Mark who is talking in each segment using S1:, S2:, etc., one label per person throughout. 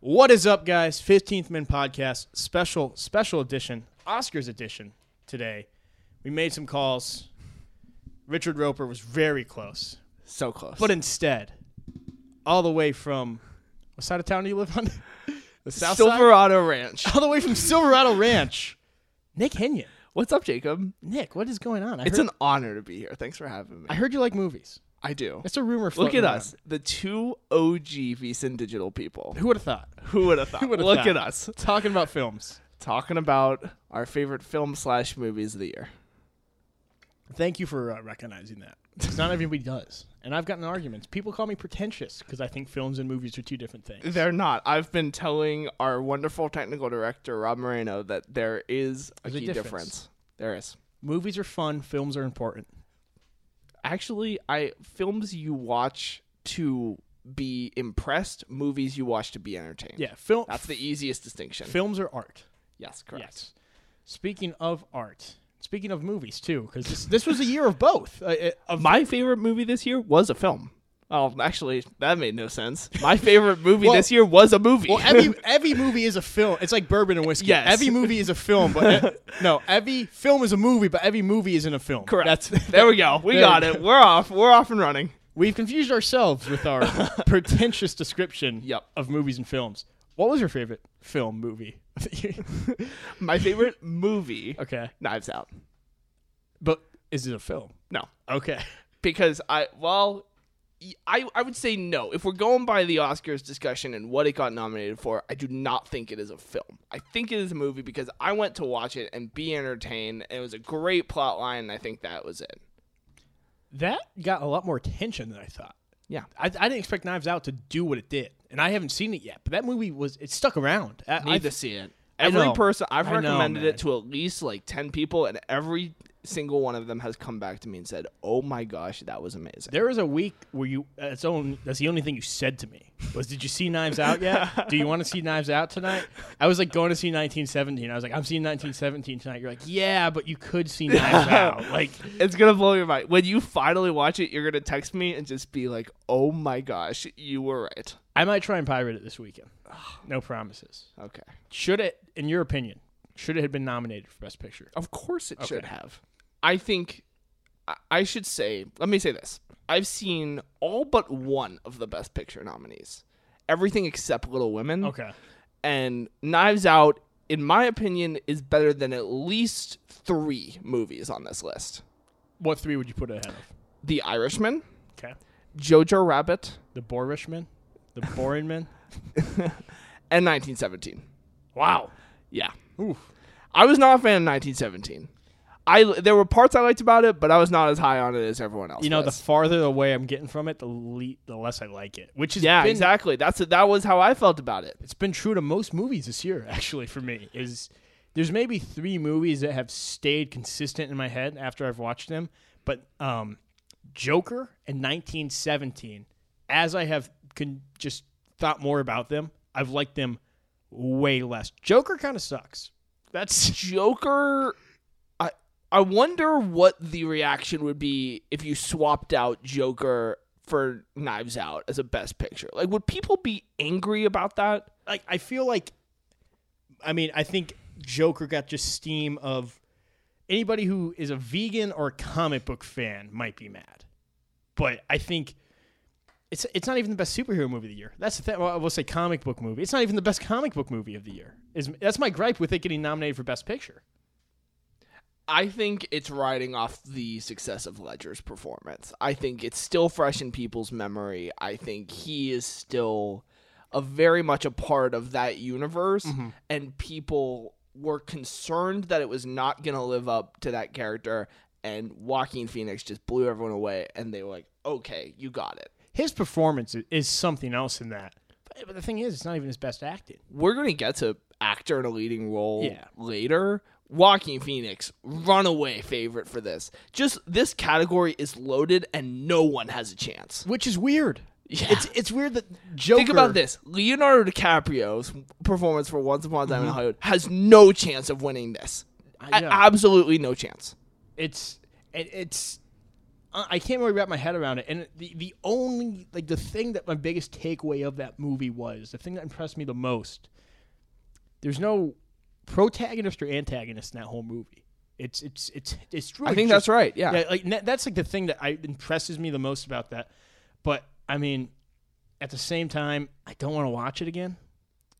S1: What is up, guys? 15th Men Podcast, special, special edition, Oscars edition today. We made some calls. Richard Roper was very close.
S2: So close.
S1: But instead, all the way from what side of town do you live on? the south side?
S2: Silverado Ranch.
S1: All the way from Silverado Ranch. Nick Henyon.
S2: What's up, Jacob?
S1: Nick, what is going on? I,
S2: It's
S1: heard,
S2: an honor to be here. Thanks for having me.
S1: I heard you like movies.
S2: I do.
S1: That's a rumor.
S2: Look
S1: floating
S2: at
S1: around.
S2: us, the two OG VSIN digital people.
S1: Who would have thought?
S2: Who would have thought?
S1: would've
S2: Look
S1: thought?
S2: at us
S1: Talking about films.
S2: talking about our favorite film slash movies of the year.
S1: Thank you for uh, recognizing that. Because not everybody does. And I've gotten arguments. People call me pretentious because I think films and movies are two different things.
S2: They're not. I've been telling our wonderful technical director Rob Moreno that there is a
S1: There's a
S2: key
S1: difference.
S2: difference. There is.
S1: Movies are fun, films are important.
S2: Actually, I films you watch to be impressed, movies you watch to be entertained.
S1: Yeah, film
S2: That's the easiest distinction.
S1: films are art.
S2: yes, correct.
S1: Yes. Speaking of art, speaking of movies too, because this, this was a year of both. Uh, uh, of
S2: My favorite movie this year was a film. Oh, actually, that made no sense. My favorite movie
S1: Well-
S2: this year was a movie.
S1: well, every every movie is a film. It's like bourbon and whiskey.
S2: Yes.
S1: Every movie is a film, but uh, no, every film is a movie, but every movie isn't a film.
S2: correct.
S1: That's,
S2: there we go. We
S1: There
S2: got
S1: we
S2: it. We're off. We're off and running.
S1: we've confused ourselves with our pretentious description
S2: Yep.
S1: of movies and films. What was your favorite film movie?
S2: My favorite movie,
S1: okay,
S2: Knives Out.
S1: but is it a film?
S2: No,
S1: Okay.
S2: because I well, y- I I would say no. If we're going by the Oscars discussion and what it got nominated for, I do not think it is a film. I think it is a movie because I went to watch it and be entertained. And it was a great plot line, and I think that was it.
S1: That got a lot more attention than I thought.
S2: Yeah.
S1: I, I didn't expect Knives Out to do what it did, and I haven't seen it yet. But that movie was it stuck around. I,
S2: need
S1: I-
S2: to see it.
S1: I
S2: Every
S1: know.
S2: person I've
S1: I know,
S2: recommended
S1: man.
S2: it to at least like ten people, and every single one of them has come back to me and said, "Oh my gosh, that was amazing."
S1: there was a week where you that's only that's the only thing you said to me was, "Did you see Knives Out yet? do you want to see Knives Out tonight?" I was like going to see 1917. I was like, "I'm seeing 1917 tonight." You're like, "Yeah, but you could see Knives Out." Like
S2: It's gonna blow your mind when you finally watch it. You're gonna text me and just be like, "Oh my gosh, you were right."
S1: I might try and pirate it this weekend. No promises.
S2: Okay,
S1: Should it, in your opinion, should it have been nominated for Best Picture?
S2: of course it should have. I think I- I should say. Let me say this: I've seen all but one of the Best Picture nominees. Everything except Little Women.
S1: Okay.
S2: and Knives Out, in my opinion, is better than at least three movies on this list:
S1: What three would you put ahead of?
S2: The Irishman,
S1: Okay.
S2: Jojo Rabbit,
S1: The Borishman, the Boringman.
S2: and 1917.
S1: Wow.
S2: Yeah,
S1: Oof.
S2: I was not a fan of 1917. I there were parts I liked about it, but I was not as high on it as everyone else.
S1: You know, the
S2: was.
S1: farther away I'm getting from it, the le- the less I like it. Which is
S2: yeah,
S1: been,
S2: exactly. That's that was how I felt about it.
S1: It's been true to most movies this year, actually. For me, is there's maybe three movies that have stayed consistent in my head after I've watched them, but um, Joker and 1917. As I have con- just thought more about them, I've liked them way less. Joker kind of sucks. That's
S2: Joker. I I wonder what the reaction would be if you swapped out Joker for Knives Out as a Best Picture. Like, would people be angry about that?
S1: like I feel like I mean, I think Joker got just steam of anybody who is a vegan or a comic book fan might be mad. But I think it's it's not even the best superhero movie of the year. That's the thing. Well, I will say comic book movie. It's not even the best comic book movie of the year. Is that's my gripe with it getting nominated for best picture.
S2: I think it's riding off the success of Ledger's performance. I think it's still fresh in people's memory. I think he is still a very much a part of that universe and people were concerned that it was not going to live up to that character and Joaquin Phoenix just blew everyone away and they were like, "Okay, you got it."
S1: His performance i- is something else in that. But, but the thing is, it's not even his best acting.
S2: We're going to get to actor in a leading role
S1: Yeah.
S2: later. Joaquin Phoenix, runaway favorite for this. Just this category is loaded and no one has a chance.
S1: Which is weird.
S2: Yeah.
S1: It's it's weird that Joker
S2: Think about this. Leonardo DiCaprio's performance for Once Upon a Time in Hollywood has no chance of winning this.
S1: Mm-hmm. I know.
S2: A- Absolutely no chance.
S1: it's it, it's I can't really wrap my head around it. And the the only like the thing that my biggest takeaway of that movie was the thing that impressed me the most. There's no protagonist or antagonist in that whole movie. It's it's it's it's really
S2: I think
S1: just-
S2: that's right. Yeah.
S1: yeah, like na- that's like the thing that I, impresses me the most about that. But I mean, at the same time, I don't want to watch it again.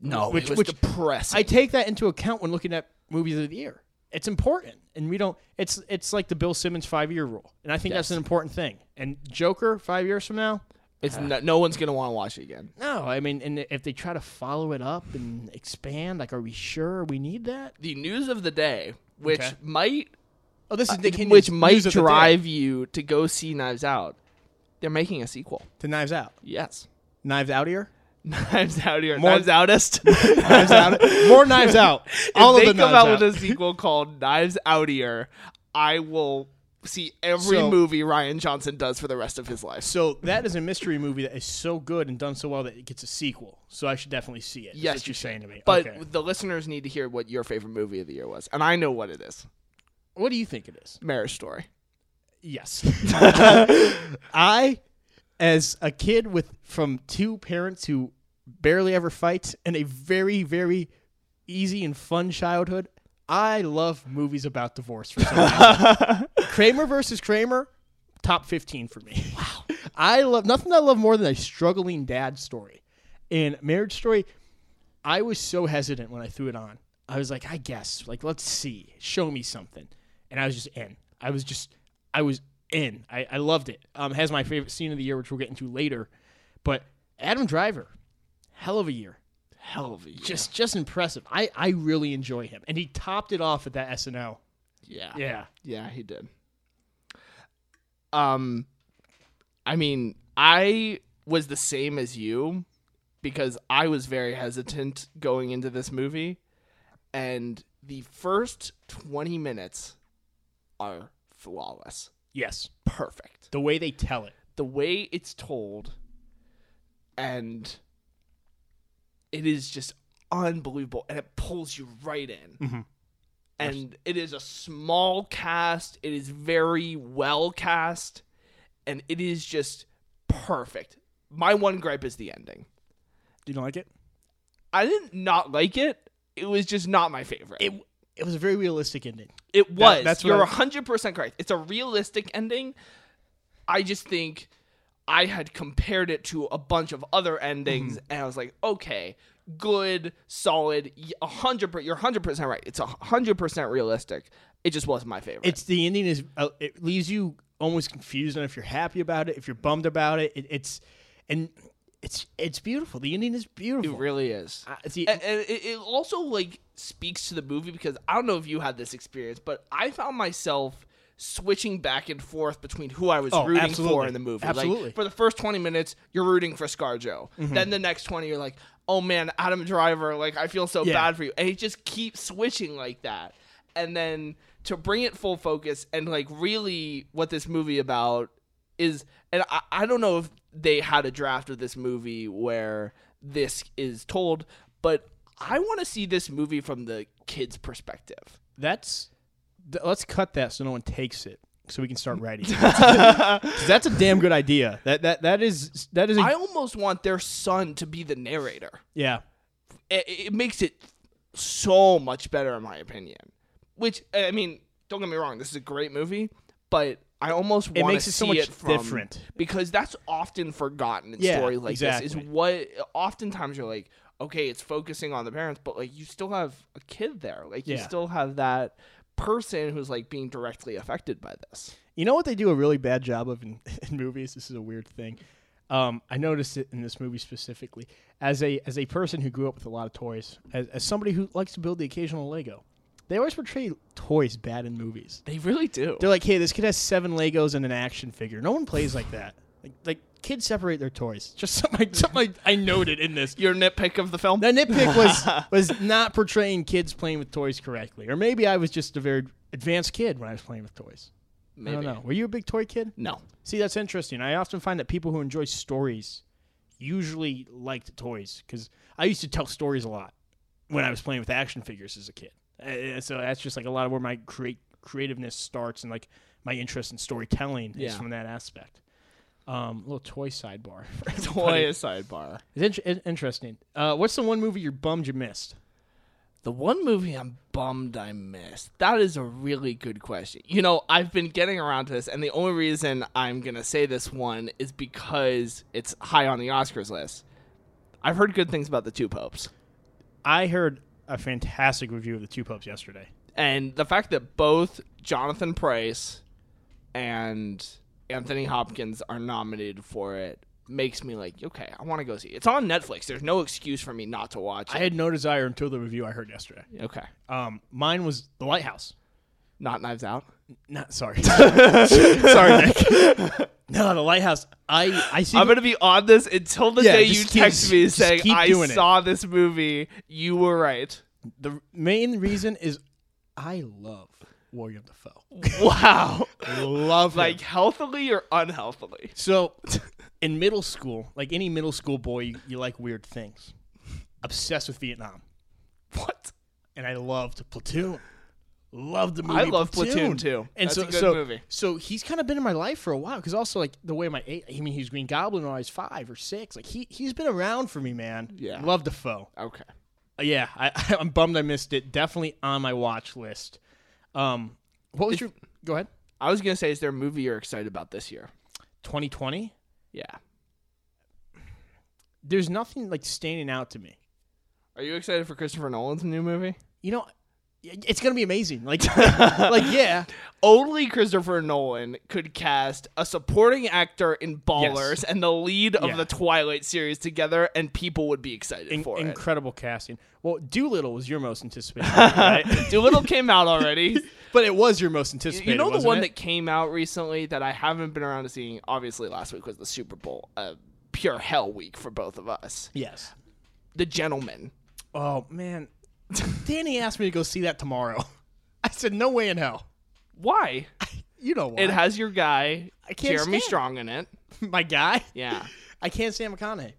S2: No,
S1: Which-
S2: which, it was
S1: which-
S2: depressing.
S1: I take that into account when looking at movies of the year. It's important, and we don't. It's it's like the Bill Simmons five year rule, and I think that's
S2: Yes.
S1: an important thing. And Joker five years from now,
S2: it's no, no one's gonna want to watch it again.
S1: no, I mean, and if they try to follow it up and expand, like, are we sure we need that?
S2: The news of the day, which
S1: Okay.
S2: might
S1: Oh, this is Nick Hinton's
S2: which might
S1: news of the day
S2: drive you to go see Knives Out, they're making a sequel.
S1: to Knives Out,
S2: Yes.
S1: Knives Out here,
S2: Knives Out here.
S1: More-
S2: Knives Outest.
S1: Knives Out, more Knives Out. All
S2: if they
S1: of the
S2: come
S1: Knives
S2: out, with a sequel called Knives Outier, I will see every
S1: So-
S2: movie Ryan Johnson does for the rest of his life.
S1: So that is a mystery movie that is so good and done so well that it gets a sequel. So I should definitely see it. is
S2: Yes,
S1: what
S2: you
S1: you're saying to me.
S2: But
S1: Okay.
S2: the listeners need to hear what your favorite movie of the year was, and I know what it is.
S1: what do you think it is?
S2: Marriage Story.
S1: Yes, I, as a kid with from two parents who barely ever fight and a very very easy and fun childhood, I love movies about divorce. For some reason. Kramer versus Kramer, top fifteen for me. Wow, I love nothing I love more than a struggling dad story. And Marriage Story, I was so hesitant when I threw it on. I was like, I guess, like, let's see, show me something. And I was just in. I was just, I was in. I, I loved it. Um, it has my favorite scene of the year, which we'll get into later. But Adam Driver, hell of a year.
S2: Hell of a year.
S1: Just, just impressive. I, I really enjoy him, and he topped it off at that SNL.
S2: yeah.
S1: Yeah,
S2: Yeah, he did. Um I mean, I was the same as you because I was very hesitant going into this movie and the first 20 minutes are flawless.
S1: yes.
S2: Perfect.
S1: The way they tell it.
S2: The way it's told and it is just unbelievable and it pulls you right in and it is a small cast. It is very well cast, and it is just perfect. My one gripe is the ending.
S1: Do you like it?
S2: I didn't not like it. It was just not my favorite.
S1: It, it was a very realistic ending.
S2: It was.
S1: that's what
S2: You're
S1: I-
S2: 100% correct. It's a realistic ending. I just think I had compared it to a bunch of other endings,
S1: Mm-hmm.
S2: and I was like, okay, good, solid, y- 100%. You're 100% right. It's 100% realistic. It just wasn't my favorite.
S1: It's the ending is uh, it leaves you almost confused on if you're happy about it, if you're bummed about it. it it's and it's it's beautiful. The ending is beautiful.
S2: It Eh, really is.
S1: Uh, see,
S2: and, and it, it also like speaks to the movie because I don't know if you had this experience, but I found myself switching back and forth between who I was
S1: Oh,
S2: rooting for
S1: absolutely.
S2: in the movie.
S1: Absolutely.
S2: Like, for the first 20 minutes, you're rooting for ScarJo. Then the next 20 you're like, "Oh man, Adam Driver, like I feel so
S1: Yeah.
S2: bad for you." And it just keeps switching like that. And then to bring it full focus and like really what this movie about is and I, I don't know if they had a draft of this movie where this is told but i want to see this movie from the kid's perspective
S1: that's th- let's cut that so no one takes it, so we can start writing. 'Cause that's a damn good idea. That that that is that is a,
S2: i almost want their son to be the narrator
S1: yeah.
S2: it, it makes it so much better in my opinion which i mean don't get me wrong this is a great movie but i almost want
S1: makes
S2: to
S1: it
S2: see
S1: so much
S2: it from,
S1: different.
S2: because that's often forgotten in
S1: Yeah,
S2: story like this
S1: exactly.
S2: is what oftentimes you're like okay it's focusing on the parents but like you still have a kid there like you
S1: Yeah.
S2: still have that person who's like being directly affected by this
S1: You know what they do a really bad job of in, in movies? This is a weird thing. Um, I noticed it in this movie specifically. As a as a person who grew up with a lot of toys, as, as somebody who likes to build the occasional Lego, they always portray toys bad in movies.
S2: they really do
S1: They're like, hey, this kid has seven Legos and an action figure. No one plays like that. Like like kids separate their toys. Just something, something I noted in this.
S2: your nitpick of the film
S1: The nitpick was was not portraying kids playing with toys correctly, or maybe I was just a very advanced kid when I was playing with toys.
S2: Maybe.
S1: I don't know. Were you a big toy kid?
S2: no
S1: See, that's interesting. I often find that people who enjoy stories usually liked toys because I used to tell stories a lot when I was playing uh, with action figures as a kid. Uh, so that's just like a lot of where my create creativeness starts and like my interest in storytelling is
S2: Yeah.
S1: from that aspect. Um, little toy sidebar. for everybody.
S2: Toy sidebar.
S1: It's int- in- interesting. Uh, what's the one movie you're bummed you missed?
S2: The one movie I'm bummed I missed. That is a really good question. You know, I've been getting around to this, and the only reason I'm going to say this one is because it's high on the Oscars list. I've heard good things about The Two Popes.
S1: I heard a fantastic review of the Two Popes yesterday.
S2: And the fact that both Jonathan Price and Anthony Hopkins are nominated for it makes me like, okay, I want to go see it. It's on Netflix. There's no excuse for me not to watch
S1: I
S2: it.
S1: had no desire until the review I heard yesterday.
S2: okay.
S1: Um, mine was The Lighthouse.
S2: Not Knives Out.
S1: Not sorry. sorry, Nick. No, The Lighthouse. I I see.
S2: I'm gonna be on this until the
S1: Yeah,
S2: day you
S1: just keep-
S2: text me
S1: just
S2: saying
S1: keep
S2: I
S1: doing it."
S2: saw this movie. You were right.
S1: the main reason is I love William Dafoe.
S2: Wow.
S1: love him.
S2: like healthily or unhealthily.
S1: So, in middle school, like any middle school boy, you, you like weird things. Obsessed with Vietnam,
S2: What?
S1: and I loved Platoon. Loved the movie.
S2: I love Platoon, too.
S1: And
S2: That's
S1: so,
S2: a good
S1: so,
S2: movie.
S1: so he's kind of been in my life for a while because also like the way my eight. I mean, he was Green Goblin when I was five or six. Like he he's been around for me, man.
S2: Yeah.
S1: love Defoe.
S2: Okay.
S1: Uh, yeah, I, I'm bummed I missed it. Definitely on my watch list. Um, what was your? Go ahead.
S2: I was gonna say, is there a movie you're excited about this year?
S1: 2020.
S2: Yeah.
S1: There's nothing like standing out to me.
S2: Are you excited for Christopher Nolan's new movie?
S1: you know, it's gonna be amazing. Like, like yeah,
S2: Only Christopher Nolan could cast a supporting actor in Ballers and the lead of
S1: Yeah.
S2: the Twilight series together, and people would be excited
S1: In-
S2: for it.
S1: incredible casting. Well, Doolittle was your most anticipated, movie, right?
S2: Doolittle came out already.
S1: but it was your most anticipated.
S2: You know the
S1: wasn't
S2: one
S1: it?
S2: that came out recently that I haven't been around to seeing. Obviously, last week was the Super Bowl, uh, pure hell week for both of us.
S1: Yes.
S2: The Gentleman.
S1: Oh man, Danny asked me to go see that tomorrow. I said no way in hell.
S2: Why?
S1: You know what?
S2: It has your guy
S1: can't
S2: Jeremy
S1: stand-
S2: Strong in it.
S1: My guy.
S2: Yeah.
S1: I can't stand McConaughey.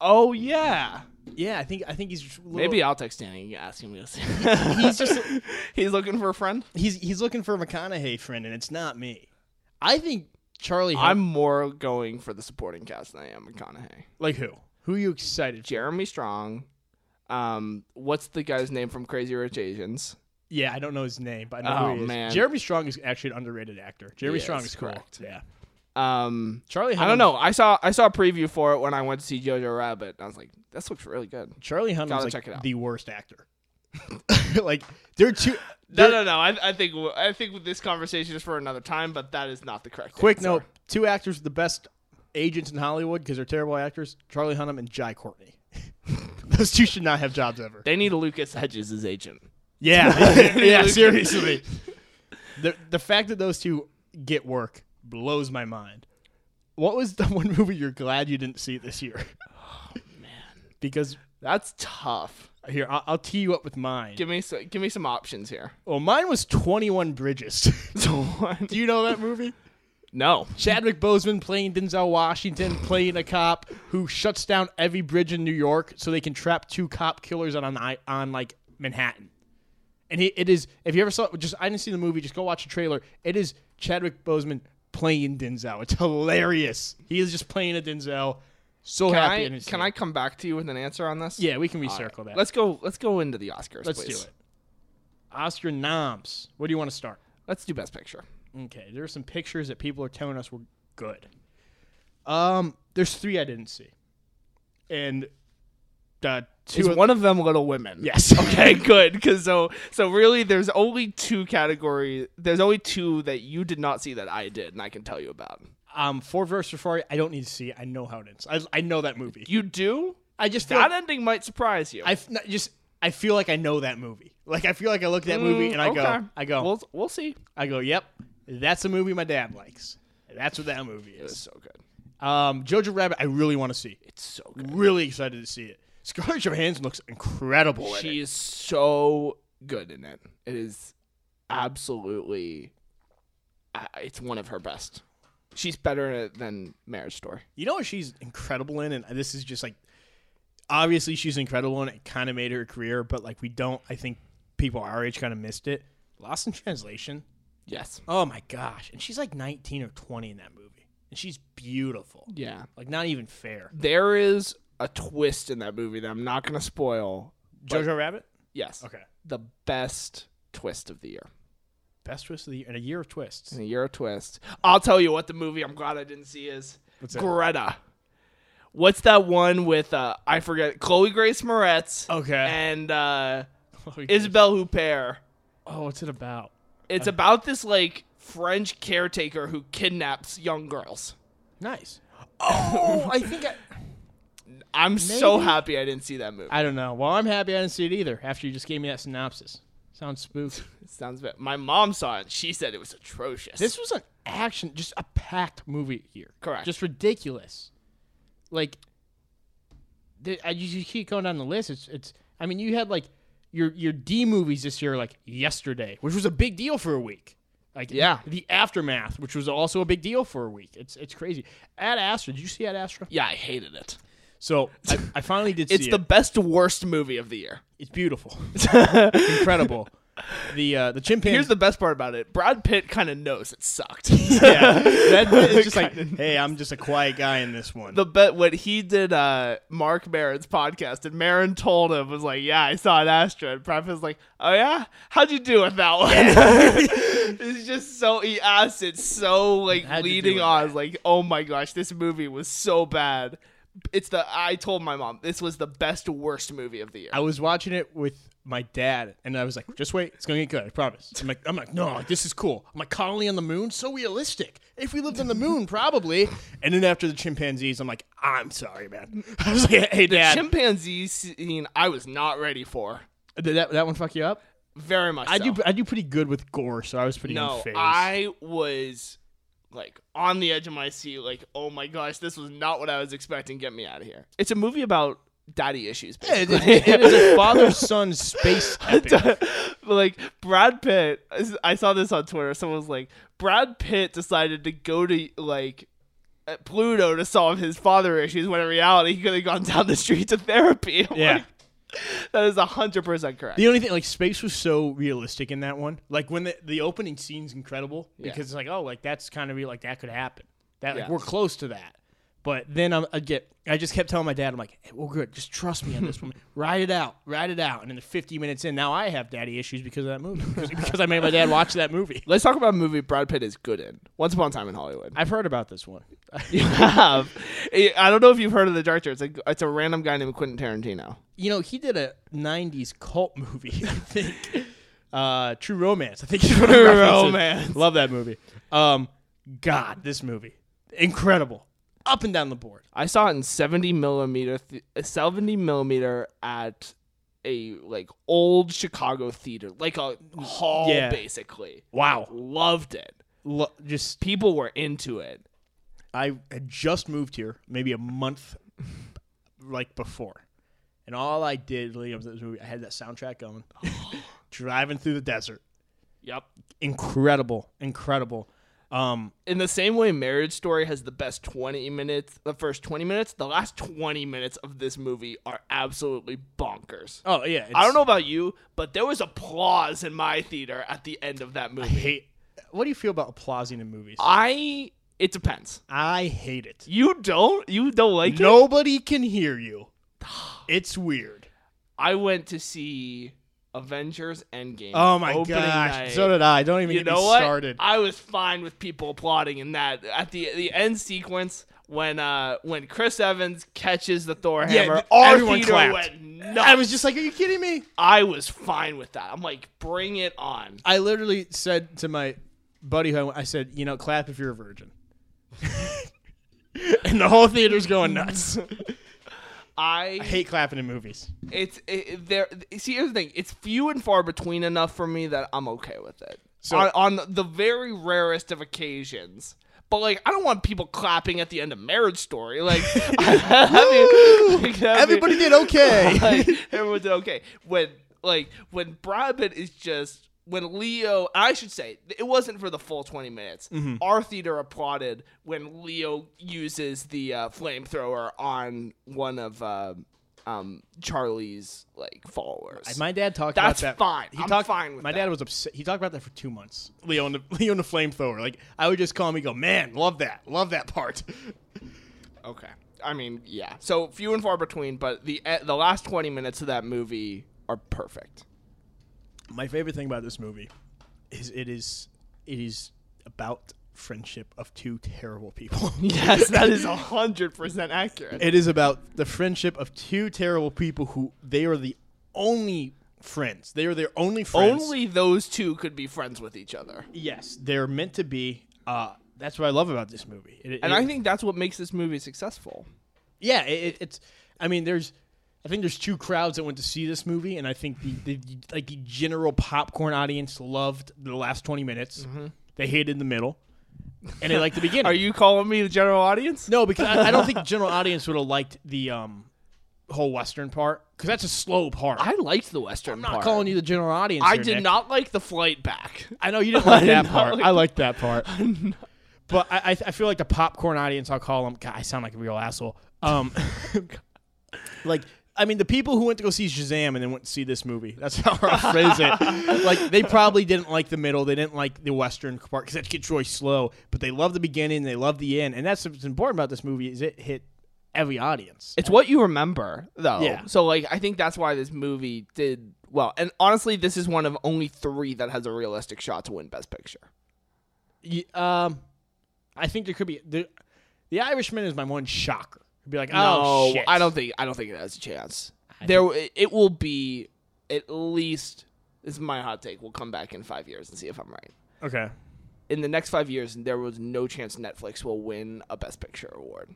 S2: Oh yeah.
S1: Yeah, I think I think he's a little-
S2: Maybe I'll text Danny and ask him this.
S1: he's just
S2: He's looking for a friend.
S1: he's he's looking for a McConaughey friend, and it's not me. I think Charlie.
S2: I'm more going for the supporting cast than I am McConaughey.
S1: like who? Who are you excited? for?
S2: Jeremy Strong. Um, what's the guy's name from Crazy Rich Asians?
S1: Yeah, I don't know his name, but I know
S2: Oh,
S1: who he is.
S2: man.
S1: Jeremy Strong is actually an underrated actor. Jeremy
S2: Yes,
S1: Strong is cool.
S2: correct.
S1: Yeah.
S2: Um,
S1: Charlie Hunnam,
S2: I don't know. I saw I saw a preview for it when I went to see Jojo Rabbit. And I was like, this looks really good.
S1: Charlie
S2: Gotta
S1: Hunnam's
S2: check it
S1: like
S2: out.
S1: the worst actor. like they're two
S2: No,
S1: they're-
S2: no, no. I, I think I think this conversation is for another time, but that is not the correct.
S1: quick
S2: answer.
S1: note, two actors with the best agents in Hollywood because they're terrible actors, Charlie Hunnam and Jai Courtney. Those two should not have jobs ever.
S2: They need Lucas Hedges as agent.
S1: Yeah. yeah,
S2: Really?
S1: seriously. The the fact that those two get work blows my mind. What was the one movie you're glad you didn't see this year? Oh man. Because
S2: That's tough.
S1: Here, I'll, I'll tee you up with mine.
S2: Give me some, give me some options here.
S1: well, mine was 21 Bridges.
S2: So one-
S1: Do you know that movie?
S2: no.
S1: Chadwick Boseman playing Denzel Washington, playing a cop who shuts down every bridge in New York so they can trap two cop killers on an, i- on like Manhattan. And he, it is if you ever saw just I didn't see the movie, just go watch the trailer. It is Chadwick Boseman playing Denzel. It's hilarious. He is just playing a Denzel. So
S2: Can
S1: happy.
S2: I,
S1: and it's-
S2: can I come back to you with an answer on this?
S1: Yeah, we can recircle that.
S2: Let's go. Let's go into the Oscars.
S1: Let's
S2: please.
S1: do it. Oscar noms. What do you want to start?
S2: Let's do Best Picture.
S1: Okay, there are some pictures that people are telling us were good. Um, there's three I didn't see, and uh,
S2: Is
S1: two. of-
S2: one of them Little Women?
S1: yes.
S2: Okay, good. Because so so really, there's only two categories. There's only two that you did not see that I did, and I can tell you about.
S1: um, Ford versus Ferrari. I don't need to see. it. I know how it ends. I, I know that movie.
S2: You do?
S1: I just feel
S2: That
S1: like,
S2: ending might surprise you.
S1: I f- not- just I feel like I know that movie. Like I feel like I look at that movie and I go, I go,
S2: Mm, We'll, we'll see.
S1: I go. Yep, that's a movie my dad likes. That's what that movie
S2: It's
S1: is.
S2: so good.
S1: Um, Jojo Rabbit. I really want to see.
S2: It's so good.
S1: Really excited to see it. Scarlett Johansson looks incredible. in it.
S2: She is so good in it. It is absolutely. I- It's one of her best. She's better in it than Marriage Story.
S1: You know what she's incredible in, and this is just like obviously she's incredible and it kind of made her career, but like we don't. I think people our age kind of missed it. Lost in Translation.
S2: Yes.
S1: Oh my gosh. And she's like 19 or 20 in that movie. And she's beautiful.
S2: Yeah.
S1: Like not even fair.
S2: There is a twist in that movie that I'm not going to spoil.
S1: Jojo Rabbit?
S2: Yes.
S1: Okay.
S2: The best twist of the year.
S1: Best twist of the year and a year of twists.
S2: It's a year of twist. I'll tell you what the movie I'm glad I didn't see is
S1: What's that?
S2: Greta. What's that one with uh I forget Chloe Grace Moretz
S1: Okay.
S2: and uh
S1: Is
S2: Isabelle Huppert.
S1: oh, what's it about?
S2: It's
S1: Uh-huh.
S2: about this like French caretaker who kidnaps young girls.
S1: Nice. Oh, I think I,
S2: I'm so
S1: Maybe.
S2: happy I didn't see that movie.
S1: I don't know. Well, I'm happy I didn't see it either. After you just gave me that synopsis, sounds spooked.
S2: It sounds bad. My mom saw it. She said it was atrocious.
S1: This was an action, just a packed movie here.
S2: Correct.
S1: Just ridiculous. Like, th- I, you you keep going down the list. It's it's. I mean, you had like your your D movies this year, like yesterday, which was a big deal for a week. Like
S2: Yeah.
S1: the aftermath, which was also a big deal for a week. It's it's crazy. Ad Astra, did you see Ad Astra?
S2: yeah, I hated it.
S1: So I, I finally did.
S2: It's
S1: see
S2: the
S1: it.
S2: best worst movie of the year.
S1: It's beautiful, incredible. The uh, the chimpanzee.
S2: Here's the best part about it. Brad Pitt kind of knows it sucked.
S1: yeah, that bit is just like, hey, I'm just a quiet guy in this one.
S2: the bet what he did uh Mark Maron's podcast and Maron told him was like, Yeah, I saw an Astra and Brad Pitt was like, Oh yeah? How'd you do with that one? it's just so he asked it so like
S1: How'd you do
S2: leading
S1: with
S2: on like, oh my gosh, this movie was so bad. It's the I told my mom this was the best worst movie of the year.
S1: I was watching it with my dad, and I was like, just wait, it's gonna get good, I promise. I'm like, I'm like, no, like, this is cool. I'm like, colony on the moon, so realistic. If we lived on the moon, probably. And then after the chimpanzees, I'm like, I'm sorry, man. I was like, hey, dad,
S2: Chimpanzee scene I was not ready for.
S1: did that that one fuck you up?
S2: Very much.
S1: I
S2: so.
S1: do I do pretty good with gore, so I was pretty
S2: No,
S1: in phase.
S2: I was like on the edge of my seat, like, oh my gosh, this was not what I was expecting. Get me out of here. It's a movie about daddy issues,
S1: it is,
S2: basically.
S1: it is a father son space epic.
S2: but like Brad Pitt, I saw this on Twitter. Someone was like, Brad Pitt decided to go to like uh, Pluto to solve his father issues when in reality he could have gone down the street to therapy. I'm
S1: Yeah.
S2: like, that is hundred percent correct.
S1: The only thing, like, space was so realistic in that one. Like when the the opening scene's incredible because it's like, oh, like that's kind of real. Like that could happen. That like
S2: Yeah.
S1: we're close to that. But then I'm, I get, I just kept telling my dad, I'm like, hey, well, good, just trust me on this one. Ride it out, ride it out. And then 50 minutes in, now I have daddy issues because of that movie because, because I made my dad watch that movie.
S2: Let's talk about a movie Brad Pitt is good in. Once Upon a Time in Hollywood.
S1: I've heard about this one.
S2: You have. I I don't know if you've heard of the director. It's a it's a random guy named Quentin Tarantino.
S1: You know, he did a 90s cult movie, I think. Uh, True Romance, I think. True
S2: Romance.
S1: Love that movie. Um, God, this movie. Incredible. Up and down the board.
S2: I saw it in seventy millimeter th- seventy millimeter at a like old Chicago theater, like a hall
S1: Yeah.
S2: basically.
S1: Wow.
S2: Loved it.
S1: Lo- just,
S2: People were into it.
S1: I had just moved here maybe a month like before. And all I did leading up to this movie, I had that soundtrack going. Driving through the desert.
S2: Yep.
S1: Incredible. Incredible. Um,
S2: In the same way, Marriage Story has the best twenty minutes. The first twenty minutes, the last twenty minutes of this movie are absolutely bonkers.
S1: oh, yeah.
S2: I don't know about you, but there was applause in my theater at the end of that movie.
S1: Hate, what do you feel about applauding in movies?
S2: I it depends.
S1: I hate it.
S2: You don't you don't like it?
S1: Nobody can hear you. It's weird.
S2: I went to see Avengers Endgame.
S1: Oh my
S2: opening
S1: gosh.
S2: night.
S1: So did I. Don't even
S2: you
S1: get me
S2: know what?
S1: started.
S2: I was fine with people applauding in that at the the end sequence when uh when Chris Evans catches the Thor
S1: Yeah,
S2: hammer.
S1: th-
S2: Our
S1: everyone
S2: theater
S1: clapped.
S2: went nuts.
S1: I was just like, "Are you kidding me?"
S2: I was fine with that. I'm like, bring it on.
S1: I literally said to my buddy who I, went- I said, "You know, clap if you're a virgin." and the whole theater's going nuts.
S2: I
S1: I hate clapping in movies.
S2: It's it, it- there. See, here's the thing. It's few and far between enough for me that I'm okay with it.
S1: So-
S2: on, on the very rarest of occasions. But like, I don't want people clapping at the end of Marriage Story. Like, I mean, like, that'd be-
S1: Everybody did okay.
S2: like, everyone did okay. When like when Brad Pitt is just when Leo, I should say it wasn't for the full twenty minutes. Our theater applauded when Leo uses the uh, flamethrower on one of uh, um, Charlie's like followers.
S1: And My dad talked
S2: That's
S1: about that.
S2: fine.
S1: He
S2: I'm
S1: talked,
S2: fine with
S1: My
S2: that.
S1: dad was upset. He talked about that for two months. Leo and the, Leo and the flamethrower. Like I would just call him and go, man, love that, love that part.
S2: Okay. I mean, yeah. So few and far between, but the eh, the last 20 minutes of that movie are perfect.
S1: My favorite thing about this movie is it is it is about friendship of two terrible people.
S2: Yes, that is 100% accurate.
S1: It is about the friendship of two terrible people who they are the only friends. They are their only friends.
S2: Only those two could be friends with each other.
S1: yes, they're meant to be. Uh, that's what I love about this movie. It,
S2: And
S1: it-
S2: I think that's what makes this movie successful.
S1: yeah, it, it, it's. I mean, there's. I think there's two crowds that went to see this movie, and I think the, the like the general popcorn audience loved the last 20 minutes. They hated the middle, and they liked the beginning.
S2: Mm-hmm. Are you calling me the general audience?
S1: No, because I, I don't think the general audience would have liked the um, whole western part because that's a slow part.
S2: I liked the western
S1: I'm not
S2: part.
S1: calling you the general audience.
S2: I
S1: here,
S2: did
S1: Nick.
S2: not like the flight back.
S1: I know you didn't like
S2: did
S1: that
S2: not
S1: part.
S2: like
S1: I like that part. But I, I, I feel like the popcorn audience. I'll call them. God, I sound like a real asshole. Um, like I mean, the people who went to go see Shazam and then went to see this movie. That's how I phrase it. Like they probably didn't like the middle. They didn't like the western part because that gets really slow. But they love the beginning. They love the end. And that's what's important about this movie is it hit every audience.
S2: It's what you remember, though.
S1: Yeah.
S2: So, like, I think that's why this movie did well. And honestly, this is one of only three that has a realistic shot to win Best Picture.
S1: Y- um, I think there could be the, the Irishman is my one shocker. It'd be like, oh
S2: No,
S1: shit,
S2: I don't think I don't think it has a chance. there, it will be at least. This is my hot take. We'll come back in five years and see if I'm right.
S1: Okay.
S2: In the next five years, there was no chance Netflix will win a Best Picture award.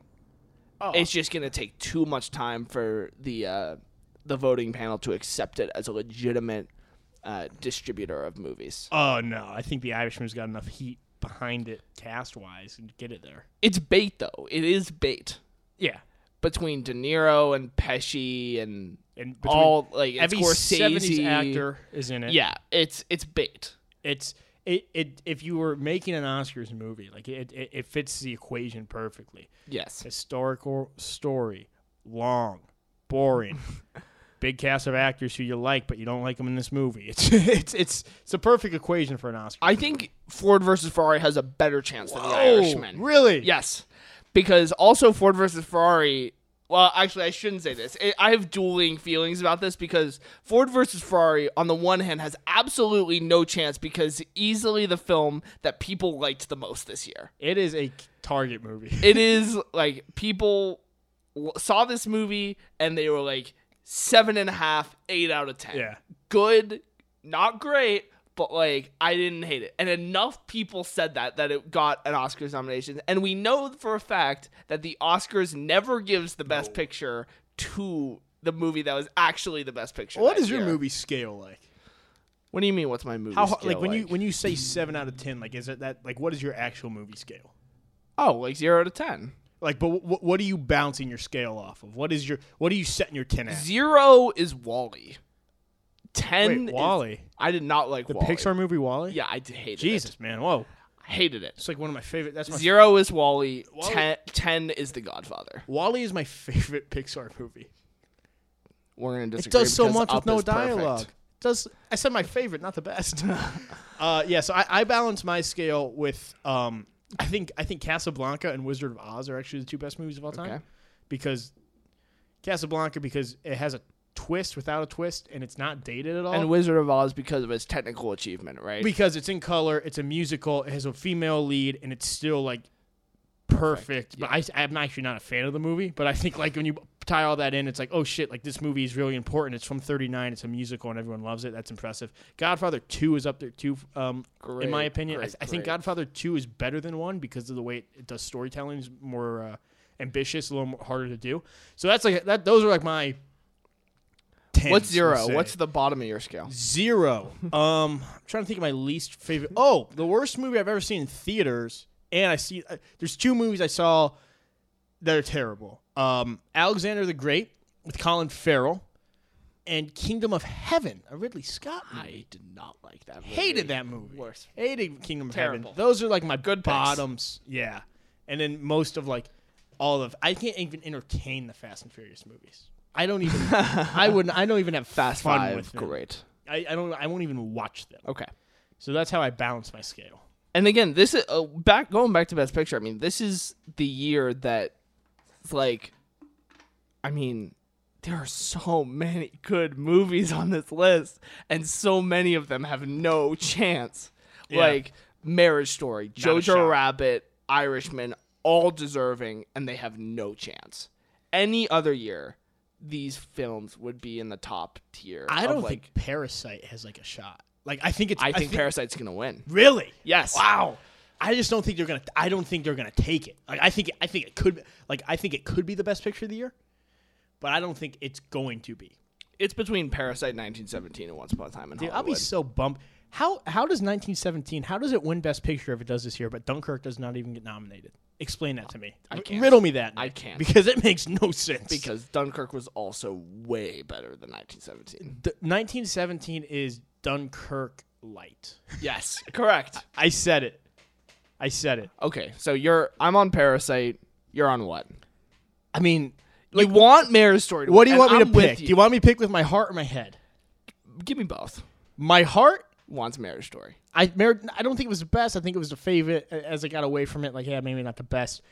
S1: Oh.
S2: It's just gonna take too much time for the uh, the voting panel to accept it as a legitimate uh, distributor of movies.
S1: Oh no, I think the Irishman's got enough heat behind it cast wise and get it there.
S2: It's bait though. It is bait
S1: Yeah.
S2: between De Niro and Pesci and
S1: And between
S2: all like and
S1: every
S2: Scorsese.
S1: seventies actor is in it.
S2: Yeah, it's it's bait.
S1: It's it, it if you were making an Oscars movie, like it, it, it fits the equation perfectly.
S2: Yes.
S1: Historical story, long, boring, big cast of actors who you like but you don't like them in this movie. It's it's it's it's a perfect equation for an Oscar.
S2: I think Ford versus Ferrari has a better chance than The
S1: Oh,
S2: Irishman.
S1: Really?
S2: Yes, because also Ford versus Ferrari. Well, actually, I shouldn't say this. I- I have dueling feelings about this because Ford versus Ferrari, on the one hand, has absolutely no chance because easily the film that people liked the most this year.
S1: It is a target movie.
S2: It is like people w- saw this movie and they were like seven and a half, eight out of ten.
S1: Yeah.
S2: good, not great, but like I didn't hate it. And enough people said that that it got an Oscars nomination. And we know for a fact that the Oscars never gives the best picture to the movie that was actually the best picture.
S1: what
S2: that
S1: is your
S2: year.
S1: movie scale like?
S2: What do you mean? What's my movie?
S1: How hard,
S2: scale
S1: like when you when you say seven out of ten, like is it that like what is your actual movie scale?
S2: oh like zero to ten.
S1: Like, but what what are you bouncing your scale off of? What is your what are you setting your ten at?
S2: Zero is Wally. Ten.
S1: Wait,
S2: is-
S1: Wally,
S2: I did not like
S1: the
S2: Wall-E.
S1: Pixar movie Wally.
S2: Yeah, I d- hated it.
S1: Jesus, man, whoa,
S2: I hated it.
S1: it's like one of my favorite. That's my
S2: Zero is Wally.
S1: Wall-E-
S2: Ten, ten is The Godfather.
S1: Wally is my favorite Pixar movie.
S2: We're gonna
S1: It
S2: disagree.
S1: does so
S2: because
S1: much with
S2: Up
S1: no
S2: is perfect.
S1: dialogue. It does I said my favorite, not the best. uh, yeah, so I, I balance my scale with um, I think I think Casablanca and Wizard of Oz are actually the two best movies of all time
S2: Okay.
S1: because Casablanca because it has a twist without a twist and it's not dated at all.
S2: and Wizard of Oz because of its technical achievement, right?
S1: because it's in color, it's a musical, it has a female lead, and it's still like perfect. But I, I'm actually not a fan of the movie. But I think like when you tie all that in, it's like oh shit, like this movie is really important. It's from '39, it's a musical, and everyone loves it. That's impressive. Godfather Two is up there too, um, in my
S2: Great,
S1: opinion. I,
S2: great,
S1: I think
S2: great.
S1: Godfather Two is better than one because of the way it, it does storytelling is more uh, ambitious, a little more harder to do. So that's like that. Those are like my. tens,
S2: What's
S1: let's
S2: zero?
S1: say.
S2: What's the bottom of your scale?
S1: Zero. Um, I'm trying to think of my least favorite. Oh, the worst movie I've ever seen in theaters. And I see uh, there's two movies I saw that are terrible. Um, Alexander the Great with Colin Farrell, and Kingdom of Heaven, a Ridley Scott movie.
S2: did not like that. Movie.
S1: Hated that movie.
S2: Worst.
S1: Hated Kingdom of
S2: Terrible.
S1: Heaven. Those are like my
S2: Good picks.
S1: bottoms. Yeah, and then most of like all of I can't even entertain the Fast and Furious movies. I don't even. I wouldn't. I don't even have
S2: Fast
S1: fun
S2: Five,
S1: with them.
S2: great.
S1: I, I don't. I won't even watch them.
S2: Okay.
S1: So that's how I balance my scale.
S2: and again, this is uh, back going back to Best Picture. I mean, this is the year that, it's like, I mean, there are so many good movies on this list, and so many of them have no chance.
S1: Yeah.
S2: Like Marriage Story,
S1: a shot.
S2: Jojo Rabbit, Irishman, all deserving, and they have no chance. Any other year, these films would be in the top tier.
S1: I
S2: of,
S1: don't
S2: like,
S1: think Parasite has like a shot. Like I think it's.
S2: I think Parasite's gonna win.
S1: really.
S2: Yes.
S1: Wow. I just don't think they're gonna. I don't think they're gonna take it. Like I think. I think it could. Like I think it could be the best picture of the year, but I don't think it's going to be.
S2: It's between Parasite 1917 and Once Upon a Time in
S1: Dude, I'll
S2: Hollywood.
S1: be so bummed. How how does 1917? How does it win Best Picture if it does this year? But Dunkirk does not even get nominated. Explain that to me.
S2: I
S1: R-
S2: can't.
S1: Riddle me that.
S2: I
S1: Nick,
S2: can't.
S1: because it makes no sense.
S2: because Dunkirk was also way better than 1917.
S1: D- 1917 is Dunkirk light.
S2: Yes, correct.
S1: I said it. I said it.
S2: Okay, so you're I'm on Parasite. You're on what?
S1: I mean,
S2: you want Mayor's story? To
S1: what do you
S2: win,
S1: want me
S2: and
S1: to
S2: I'm with
S1: pick? Do you want me to pick with my heart or my head?
S2: Give me both.
S1: My heart.
S2: Wants Mayor's story.
S1: I mer- I don't think it was the best. I think it was the favorite a- as I got away from it. Like, yeah, maybe not the best.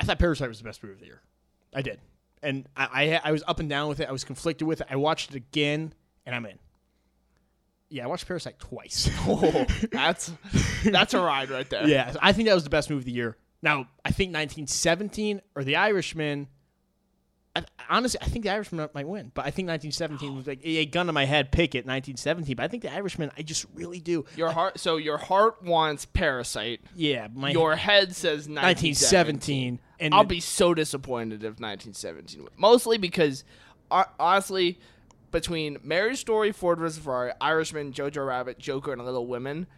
S1: I thought Parasite was the best movie of the year. I did, and I I, I was up and down with it. I was conflicted with it. I watched it again, and I'm in. Yeah, I watched Parasite twice.
S2: Oh, that's that's a ride right there.
S1: yeah, so I think that was the best movie of the year. Now, I think 1917 or The Irishman. I, honestly, I think The Irishman might win, but I think
S2: Oh.
S1: 1917 was like a gun to my head. Pick it, 1917. But I think The Irishman. I just really do.
S2: Your heart. So your heart wants Parasite.
S1: Yeah, my
S2: Your head says 1917.
S1: 1917 and
S2: I'll be so disappointed if 1917 wins. Mostly because, uh, honestly, between Marriage Story, Ford vs. Ferrari, Irishman, Jojo Rabbit, Joker, and Little Women,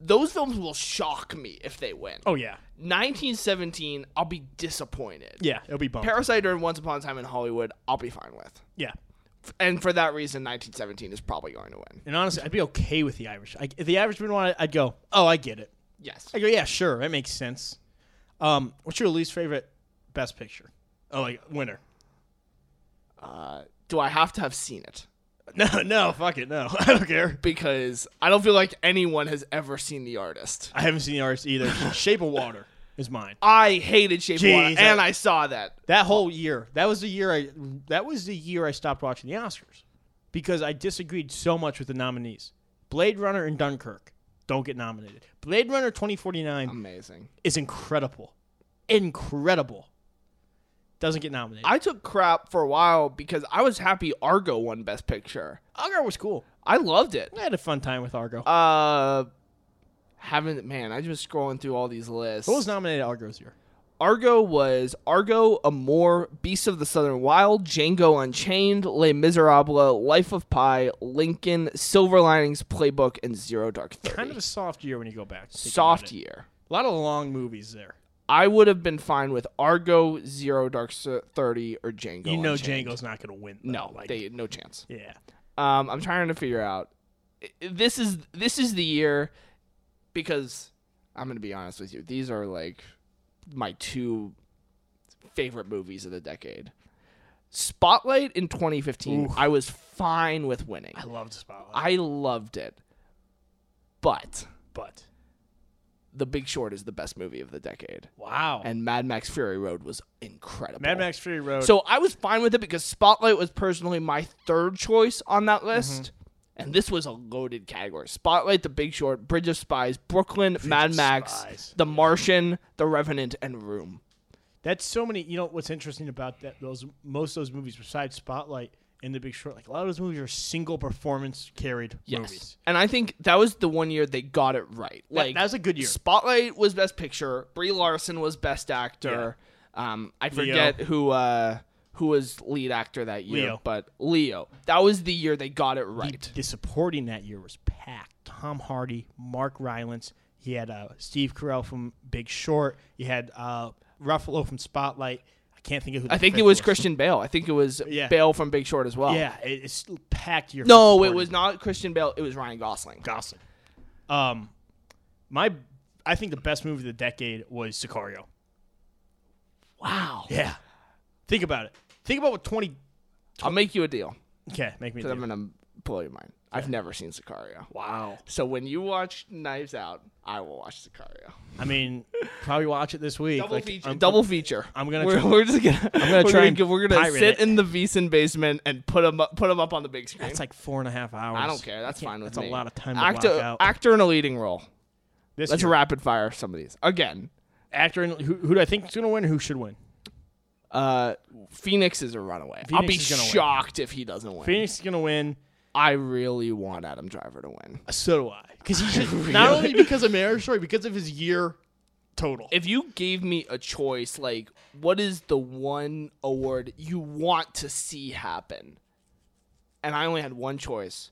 S2: those films will shock me if they win.
S1: oh yeah
S2: 1917, I'll be disappointed.
S1: yeah it'll be bumped
S2: Parasite or Once Upon a Time in Hollywood, I'll be fine with.
S1: yeah
S2: F- And for that reason, 1917 is probably going to win.
S1: and honestly i'd be okay with the irish I, if the irish been one i'd go oh i get it
S2: Yes.
S1: i go yeah sure that makes sense um what's your least favorite best picture oh like winner
S2: Uh, do I have to have seen it?
S1: no no fuck it no i don't care
S2: Because I don't feel like anyone has ever seen The Artist.
S1: i haven't seen the artist either shape of water is mine
S2: I hated Shape of Water,
S1: Jeez,
S2: and
S1: I-
S2: I saw that.
S1: that whole year that was the year i that was the year i stopped watching the oscars because i disagreed so much with the nominees blade runner and dunkirk don't get nominated blade runner 2049
S2: Um, Amazing.
S1: is incredible. Incredible. Doesn't get nominated.
S2: I took crap for a while because I was happy Argo won Best Picture.
S1: Argo was cool.
S2: I loved it.
S1: I had a fun time with Argo.
S2: Uh, haven't man? I just scrolling through all these lists.
S1: Who was nominated at Argo's year?
S2: Argo was Argo, Amor, Beast of the Southern Wild, Django Unchained, Les Miserables, Life of Pi, Lincoln, Silver Linings Playbook, and Zero Dark Thirty.
S1: Kind of a soft year when you go back. to think about it.
S2: soft year.
S1: A lot of long movies there.
S2: I would have been fine with Argo, Zero Dark Thirty, or Django.
S1: you know
S2: Unchained.
S1: Django's not going to win. though.
S2: No,
S1: like
S2: they no chance.
S1: yeah.
S2: Um, I'm trying to figure out. I- This is this is the year because I'm gonna be honest with you. These are like my two favorite movies of the decade. Spotlight in 2015, I was fine with winning.
S1: I loved Spotlight,
S2: I loved it, but
S1: but
S2: The Big Short is the best movie of the decade,
S1: wow.
S2: and Mad Max Fury Road was incredible.
S1: Mad Max Fury Road.
S2: So I was fine with it because Spotlight was personally my third choice on
S1: Mm-hmm.
S2: that list. And this was a loaded category. Spotlight, The Big Short, Bridge of Spies, Brooklyn, Mad
S1: of
S2: Max,
S1: Spies.
S2: The Martian, The Revenant, and Room.
S1: that's so many. You know what's interesting about that? Those most of those movies, besides Spotlight and The Big Short, like a lot of those movies are single performance carried
S2: Yes.
S1: movies.
S2: And I think that was the one year they got it right.
S1: That-
S2: Like
S1: that was a good year.
S2: Spotlight was best picture, Brie Larson was best actor. Um I forget who uh who was lead actor that year,
S1: Leo.
S2: but Leo. That was the year they got it right.
S1: The supporting that year was packed. Tom Hardy, Mark Rylance. He had uh, Steve Carell from Big Short. You had uh, Ruffalo from Spotlight. I can't think of who.
S2: I
S1: the
S2: think it
S1: fifth
S2: was Christian Bale. I think it was
S1: Yeah.
S2: Bale from Big Short as well.
S1: Yeah, it, it's packed year. for
S2: No, it
S1: supporting.
S2: was not Christian Bale. It was Ryan Gosling.
S1: Gosling. Um, my, I think the best movie of the decade was Sicario.
S2: Wow.
S1: Yeah, think about it. Think about what twenty.
S2: I'll make you a deal
S1: Okay, make me.
S2: because I'm
S1: do.
S2: gonna blow your mind. I've never seen Sicario.
S1: Wow.
S2: So when you watch Knives Out, I will watch Sicario.
S1: I mean, probably watch it this week.
S2: Double
S1: Like,
S2: feature.
S1: I'm-
S2: double feature.
S1: I'm gonna
S2: We're,
S1: try-
S2: we're just gonna. I'm
S1: gonna
S2: we're
S1: try and
S2: Gonna, we're gonna
S1: pirate
S2: sit
S1: it.
S2: in the Veasan basement and put them up, put 'em up on the big screen.
S1: That's like four and a half hours.
S2: I don't care. That's
S1: can't-
S2: fine with
S1: that's a
S2: me.
S1: lot of time to
S2: Actor,
S1: block out.
S2: actor in a leading role.
S1: This
S2: Let's
S1: year.
S2: rapid fire some of these again.
S1: actor and who, who do I think is going to win? Who should win?
S2: Uh, Phoenix is a runaway. I'll
S1: Phoenix
S2: be
S1: is gonna win.
S2: shocked if he doesn't win.
S1: Phoenix is going to win. uh,
S2: I really want Adam Driver to win.
S1: So do I. Because he should not only because of Marriage Story, because of his year total.
S2: If you gave me a choice, like what is the one award you want to see happen, and I only had one choice,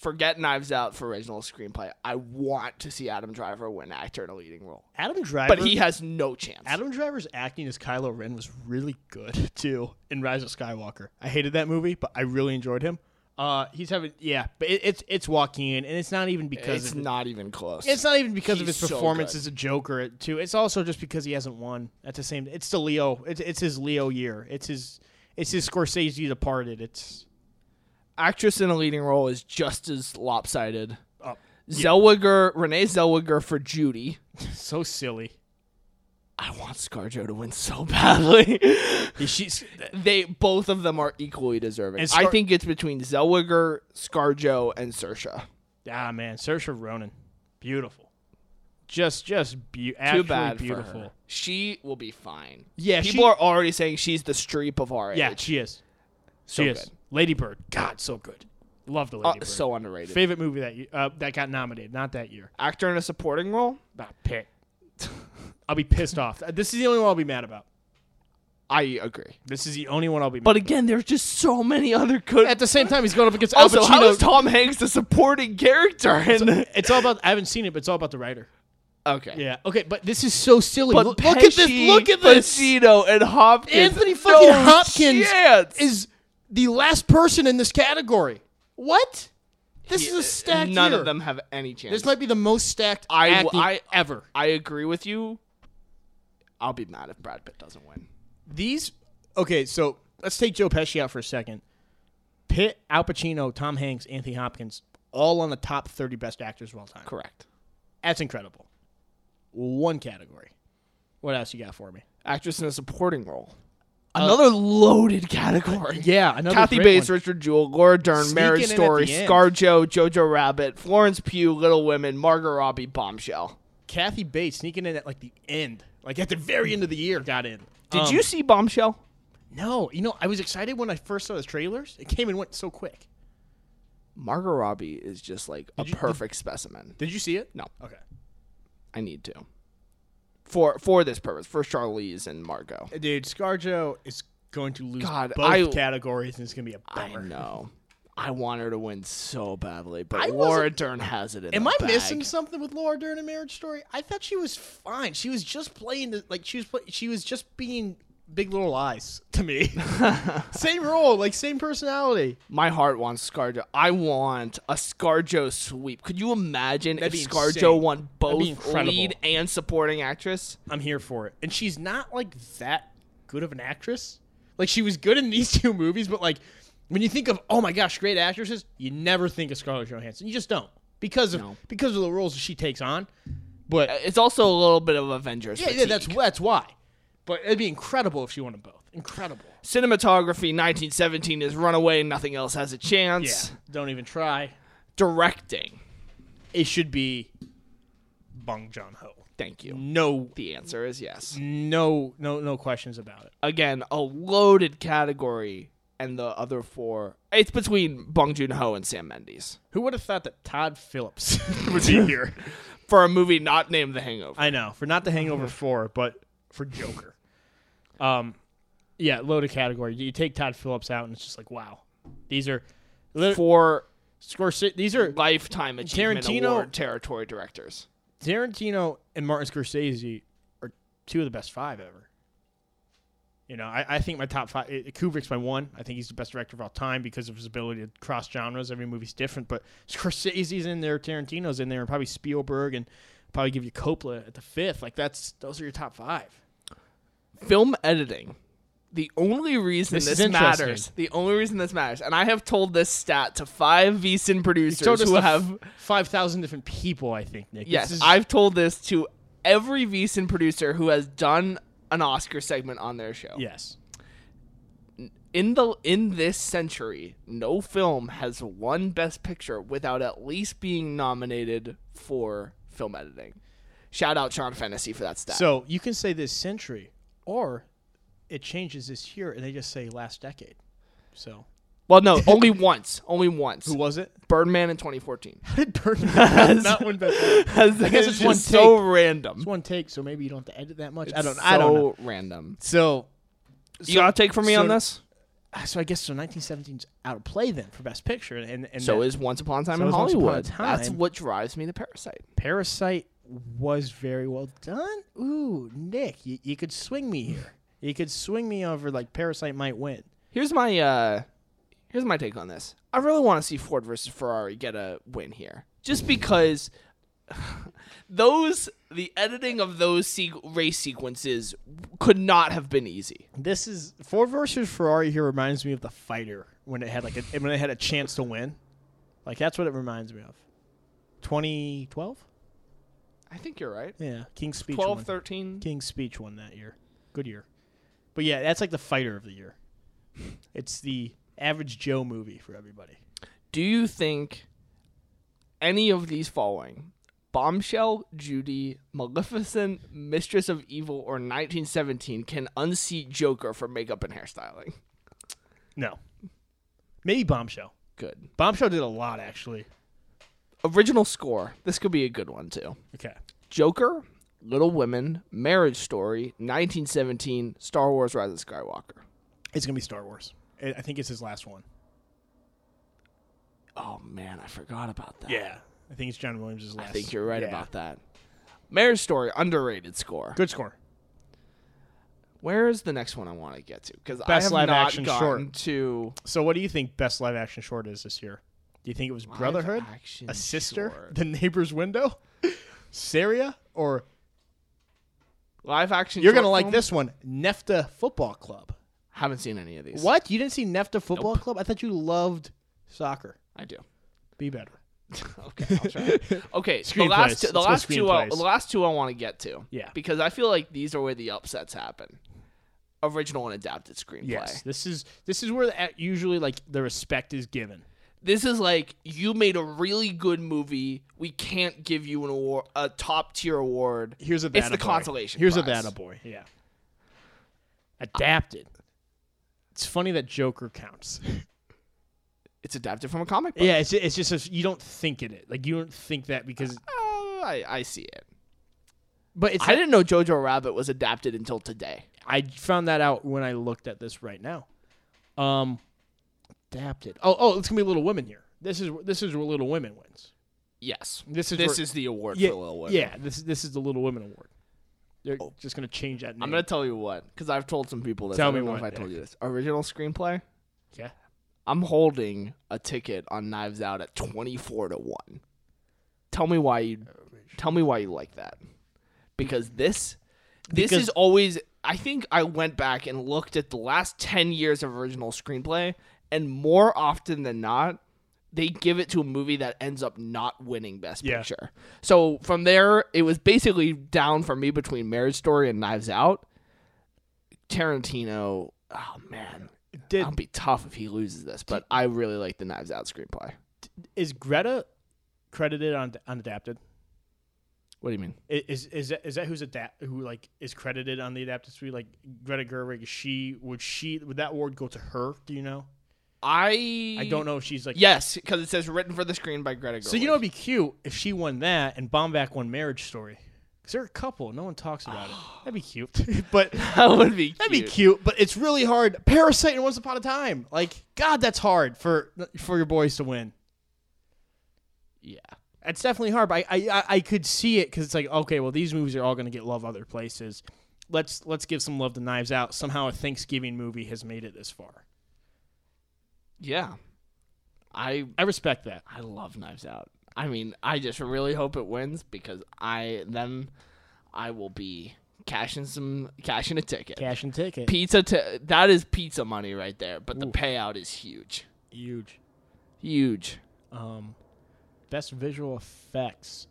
S2: forget Knives Out for original screenplay. I want to see Adam Driver win actor in a leading role,
S1: Adam Driver,
S2: but he has no chance.
S1: Adam Driver's acting as Kylo Ren was really good too in Rise of Skywalker. I hated that movie, but I really enjoyed him. Uh, he's having yeah, but it, it's it's Joaquin, and it's not even because
S2: it's
S1: of
S2: not even close.
S1: It's not even because of
S2: He's
S1: his
S2: so
S1: performance
S2: good.
S1: as a Joker too. It's also just because he hasn't won at the same. It's the Leo. It's it's his Leo year. It's his it's his Scorsese Departed. It's
S2: actress in a leading role is just as lopsided.
S1: Oh,
S2: Zellweger, Renee Zellweger for Judy.
S1: so silly.
S2: I want ScarJo to win so badly.
S1: Yeah, She's
S2: they both of them are equally deserving.
S1: And Scar-
S2: I think it's between Zellweger, ScarJo, and Sersha.
S1: ah man, Saoirse Ronan, beautiful. Just just be-
S2: Too
S1: actually
S2: bad
S1: beautiful.
S2: for her. She will be fine.
S1: Yeah,
S2: people
S1: she-
S2: are already saying she's the streep of our
S1: Yeah,
S2: age.
S1: she is.
S2: so
S1: she
S2: good,
S1: is. Lady Bird. God, so good. Love the Lady
S2: Uh,
S1: Bird.
S2: so underrated.
S1: Favorite movie that you, uh, that got nominated, not that year.
S2: Actor in a supporting role.
S1: About Pitt. I'll be pissed off. Uh, This is the only one I'll be mad about.
S2: I agree,
S1: This is the only one I'll be mad
S2: but again, there's just so many other good.
S1: At the same time, he's going up against Al
S2: also, how is
S1: Pacino.
S2: Tom Hanks the supporting character? In-
S1: it's all about. I haven't seen it, but it's all about the writer.
S2: okay,
S1: Yeah. Okay, but this is so silly.
S2: But
S1: look, look at this.
S2: Pesci,
S1: Look at this.
S2: Pacino and Hopkins.
S1: Anthony fucking
S2: No
S1: Hopkins
S2: chance.
S1: is the last person in this category. What? This is a stacked.
S2: Uh, None
S1: year.
S2: of them have any chance.
S1: This might be the most stacked
S2: I-
S1: acting
S2: I-
S1: ever.
S2: I agree with you. I'll be mad if Brad Pitt doesn't win.
S1: These. Okay, so let's take Joe Pesci out for a second. Pitt, Al Pacino, Tom Hanks, Anthony Hopkins, all on the top thirty best actors of all time.
S2: Correct.
S1: That's incredible. One category. What else you got for me?
S2: Actress in a supporting role. Another loaded category.
S1: Yeah, another
S2: Uh, Kathy
S1: great
S2: Bates,
S1: one.
S2: Richard Jewell, Laura Dern,
S1: Sneaking in
S2: Marriage
S1: at the
S2: Story,
S1: end.
S2: ScarJo, Jojo Rabbit, Florence Pugh, Little Women, Margot Robbie, Bombshell.
S1: Kathy Bates sneaking in at like the end, like at the very end of the year, got in.
S2: Did
S1: Um,
S2: you see Bombshell?
S1: No, you know I was excited when I first saw the trailers. It came and went so quick.
S2: Margot Robbie is just like a
S1: you- did-
S2: perfect specimen.
S1: Did you see it?
S2: No.
S1: Okay.
S2: I need to. For for this purpose, for Charlize and Margot.
S1: Dude, ScarJo is going to lose
S2: God,
S1: both
S2: I-
S1: categories, and it's going to be a
S2: I
S1: bummer.
S2: know. I want her to win so badly, but
S1: I
S2: Laura
S1: wasn't-
S2: Dern has it in
S1: Am
S2: the
S1: I
S2: bag.
S1: missing something with Laura Dern in Marriage Story? I thought she was fine. She was just playing the, like she was play, she was just being Big Little Lies to me. same role, like same personality.
S2: My heart wants ScarJo. I want a ScarJo sweep. Could you imagine
S1: That'd
S2: if
S1: be
S2: ScarJo
S1: insane.
S2: won
S1: be
S2: both
S1: incredible.
S2: lead and supporting actress?
S1: I'm here for it. And she's not like that good of an actress. Like she was good in these two movies, but like when you think of oh my gosh, great actresses, you never think of Scarlett Johansson. You just don't because of
S2: No.
S1: because of the roles that she takes on. But
S2: It's also a little bit of Avengers.
S1: yeah, yeah,
S2: fatigue.
S1: that's that's why. But it'd be incredible if she won them both. Incredible.
S2: cinematography. 1917 is Runaway. Nothing else has a chance.
S1: Don't even try.
S2: Directing.
S1: It should be Bong Joon Ho.
S2: Thank you.
S1: No,
S2: The answer is yes.
S1: no, no, no questions about it.
S2: Again, a loaded category, and the other four. It's between Bong Joon Ho and Sam Mendes
S1: Who would have thought that Todd Phillips would be here?
S2: for a movie not named The Hangover.
S1: I know for not the Hangover Four, but for Joker. Um, yeah, loaded category. You take Todd Phillips out, and it's just like, wow, these are lit-
S2: for
S1: Scorsese. These are
S2: lifetime achievement
S1: Tarantino-
S2: award territory directors.
S1: Tarantino and Martin Scorsese are two of the best five ever. You know, I, I think my top five. It, Kubrick's my one. I think he's the best director of all time because of his ability to cross genres. Every movie's different, but Scorsese's in there, Tarantino's in there, and probably Spielberg, and probably give you Coppola at the fifth. Like that's those are your top five.
S2: Film editing the only reason
S1: This is
S2: this,
S1: interesting.
S2: matters, the only reason this matters, and I have told this stat to five VSIN producers who have
S1: five thousand different people. I think Nick. This
S2: Yes,
S1: is-
S2: I've told this to every VSIN producer who has done an Oscar segment on their show.
S1: yes.
S2: In the in this century, no film has won Best Picture without at least being nominated for film editing. Shout out Sean Fantasy for that stat.
S1: So you can say this century, or it changes this year, and they just say last decade. So
S2: well, no, only once, only once.
S1: who was it?
S2: Birdman in 2014.
S1: How did Burton not win best? Picture?
S2: I
S1: guess it's one
S2: so random.
S1: It's one take, so maybe you don't have to edit that much. I don't. I don't
S2: So
S1: know.
S2: random.
S1: So,
S2: you got a take from me
S1: so-
S2: on this?
S1: so I guess so. 1917's out of play then for best picture, and and
S2: So
S1: that
S2: is Once Upon a Time
S1: So
S2: in
S1: is Once Upon a
S2: Hollywood. That's
S1: Time.
S2: what drives me to Parasite.
S1: Parasite was very well done. Ooh, Nick, you, you could swing me here. You could swing me over like Parasite might win.
S2: Here's my uh here's my take on this. I really want to see Ford versus Ferrari get a win here. Just because those the editing of those se- race sequences could not have been easy.
S1: This is Ford versus Ferrari here reminds me of the fighter when it had like a, when it had a chance to win. Like that's what it reminds me of. 2012?
S2: I think you're right.
S1: Yeah, King's Speech
S2: 12
S1: won.
S2: 13
S1: King's Speech won that year. Good year. But yeah, that's like the fighter of the year. It's the average Joe movie for everybody.
S2: Do you think any of these following Bombshell, Judy, Maleficent, Mistress of Evil, or 1917 can unseat Joker for makeup and hairstyling?
S1: No. Maybe Bombshell.
S2: Good.
S1: Bombshell did a lot actually.
S2: Original score. This could be a good one, too.
S1: Okay.
S2: Joker, Little Women, Marriage Story, 1917, Star Wars Rise of Skywalker.
S1: It's gonna be Star Wars. I I think it's his last one.
S2: Oh, man, I forgot about that.
S1: I think it's John Williams'
S2: I
S1: last.
S2: think you're right
S1: Yeah.
S2: about that. Marriage Story, underrated score.
S1: Good score.
S2: Where is the next one I want to get to? Because I
S1: Best
S2: have
S1: live
S2: not
S1: action
S2: gotten
S1: short.
S2: to
S1: So, what do you think best live action short is this year? Do you think it was Brotherhood,
S2: Live action
S1: A Sister,
S2: short.
S1: The Neighbor's Window, Saria, or
S2: Live action.
S1: you're
S2: short
S1: gonna like
S2: film?
S1: this one, Nefta Football Club?
S2: Haven't seen any of these.
S1: What? You didn't see Nefta Football Club? I thought you loved soccer.
S2: I do.
S1: Be better.
S2: Okay, I'll try. okay, the
S1: Screenplays.
S2: last,
S1: Let's
S2: two, the
S1: go
S2: last two, I,
S1: screenplays.
S2: the last two I want to get to.
S1: Yeah.
S2: Because I feel like these are where the upsets happen. Original and adapted screenplay.
S1: This is this is where the, usually like the respect is given.
S2: This is like you made a really good movie. We can't give you an award, a top tier award.
S1: Here's a
S2: It's
S1: that
S2: the
S1: a boy.
S2: consolation
S1: Here's a
S2: prize.
S1: that a boy. Yeah. Adapted. It's funny that Joker counts.
S2: It's adapted from a comic book.
S1: yeah, it's it's just a, you don't think it like you don't think that because
S2: Oh, I, I see it.
S1: but it's
S2: I didn't know Jojo Rabbit was adapted until today.
S1: I found that out when I looked at this right now. Um, adapted. Oh oh, it's gonna be Little Women here. This is this is where Little Women wins.
S2: Yes.
S1: This is
S2: This
S1: where-
S2: is the award
S1: yeah,
S2: for Lil Wayne. Oh.
S1: yeah. This this is the Little Women award. They're just gonna change that name.
S2: I'm gonna tell you what, because I've told some people this.
S1: Tell
S2: I don't
S1: me
S2: know
S1: what,
S2: if I told
S1: Nick.
S2: you this. Original screenplay.
S1: yeah.
S2: I'm holding a ticket on Knives Out at 24 to one. Tell me why you. Tell me why you like that. Because this, this
S1: Because-
S2: is always. I think I went back and looked at the last 10 years of original screenplay, and more often than not, they give it to a movie that ends up not winning Best
S1: Yeah.
S2: Picture. So from there, it was basically down for me between Marriage Story and Knives Out. Tarantino, oh man,
S1: Did
S2: I'll be tough if he loses this, but I really like the Knives Out screenplay.
S1: is Greta credited on on adapted?
S2: What do you mean?
S1: I- Is is that, is that who's adapt who like is credited on the adapted suite? Like Greta Gerwig, is she would she would that award go to her? Do you know?
S2: I
S1: I don't know if she's like.
S2: Yes, because it says written for the screen by Greta Gerwig.
S1: So you know, it'd be cute if she won that and Bomback won Marriage Story. Cause they're a couple, no one talks about it. That'd be cute, but
S2: that would be cute.
S1: that'd be cute. But it's really hard. Parasite and Once Upon a Time, like God, that's hard for for your boys to win.
S2: Yeah,
S1: It's definitely hard, but I I, I- I could see it because it's like okay, well these movies are all going to get love other places. Let's let's give some love to Knives Out. Somehow a Thanksgiving movie has made it this far.
S2: yeah. I
S1: I respect that.
S2: I love Knives Out. I mean, I just really hope it wins because I then I will be cashing some cashing a ticket.
S1: Cash and ticket.
S2: Pizza t- that is pizza money right there, but the payout is huge.
S1: Huge.
S2: Huge.
S1: Um, best visual effects.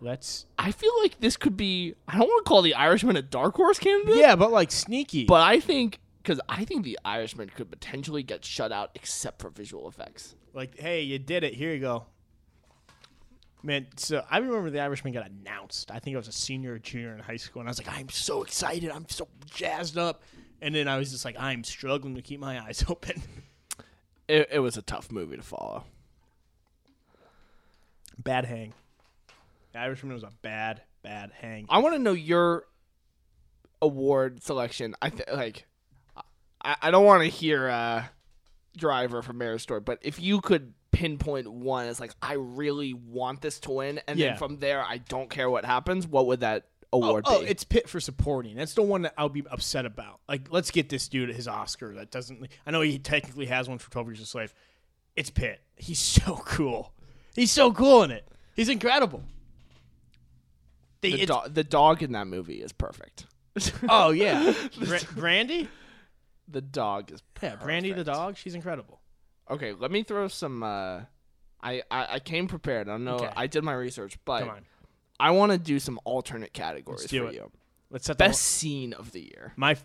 S1: Let's.
S2: I feel like this could be I don't want to call the Irishman a dark horse candidate,
S1: Yeah, but like sneaky.
S2: but I think cuz I think the Irishman could potentially get shut out except for visual effects.
S1: like, hey, you did it. Here you go. Man, so I remember the Irishman got announced. I think I was a senior or junior in high school, and I was like, I'm so excited. I'm so jazzed up. And then I was just like, I'm struggling to keep my eyes open.
S2: It, it was a tough movie to follow.
S1: bad hang. The Irishman was a bad, bad hang.
S2: I want to know your award selection. I th- like. I, I don't want to hear uh, driver from Mayor's Store, but if you could pinpoint one, it's like I really want this to win, and
S1: Yeah.
S2: then from there, I don't care what happens. What would that award
S1: oh,
S2: be?
S1: it's Pitt for supporting. That's the one that I'll be upset about. Like, let's get this dude his Oscar. That doesn't. I know he technically has one for Twelve Years a Slave. It's Pitt. He's so cool. He's so cool in it. He's incredible. They,
S2: the,
S1: it's-
S2: do- the dog in that movie is perfect.
S1: oh yeah, Bra- Brandy.
S2: the dog is
S1: Yeah, Brandy the
S2: perfect.
S1: dog. She's incredible.
S2: Okay, let me throw some. Uh, I, I I came prepared. I don't know.
S1: Okay.
S2: I did my research, but
S1: Come on,
S2: I want to do some alternate categories
S1: Let's do
S2: for
S1: it.
S2: you.
S1: let's set the
S2: Best scene of the year.
S1: My,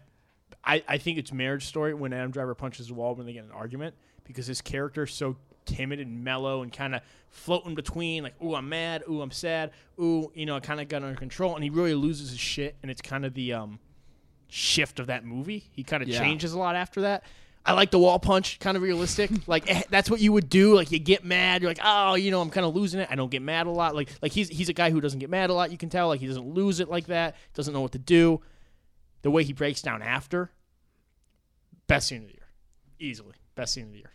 S1: I, I think it's Marriage Story when Adam Driver punches the wall when they get in an argument because his character is so timid and mellow and kind of floating between like, ooh, I'm mad, ooh, I'm sad, ooh, you know, I kind of got under control, and he really loses his shit, and it's kind of the um shift of that movie. He kind of
S2: Yeah.
S1: changes a lot after that. I like the wall punch, kind of realistic. like eh, that's what you would do. Like you get mad, you're like, oh, you know, I'm kind of losing it. I don't get mad a lot. Like like he's he's a guy who doesn't get mad a lot. You can tell. Like he doesn't lose it like that. Doesn't know what to do. The way he breaks down after, best scene of the year, easily best scene of the year.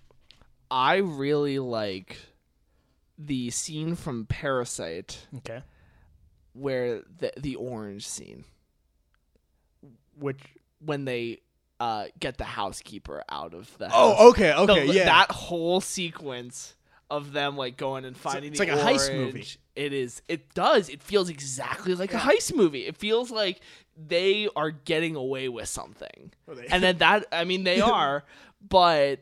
S2: I really like the scene from Parasite
S1: Okay,
S2: where the the orange scene
S1: which
S2: when they uh, get the housekeeper out of the house.
S1: oh okay
S2: The-
S1: okay yeah
S2: that whole sequence of them like going and finding
S1: it's
S2: the
S1: like a heist movie.
S2: orange, It is. It does. It feels exactly like a heist movie. It feels like they are getting away with something.
S1: Well, Oh, they-
S2: and then that I mean they are, but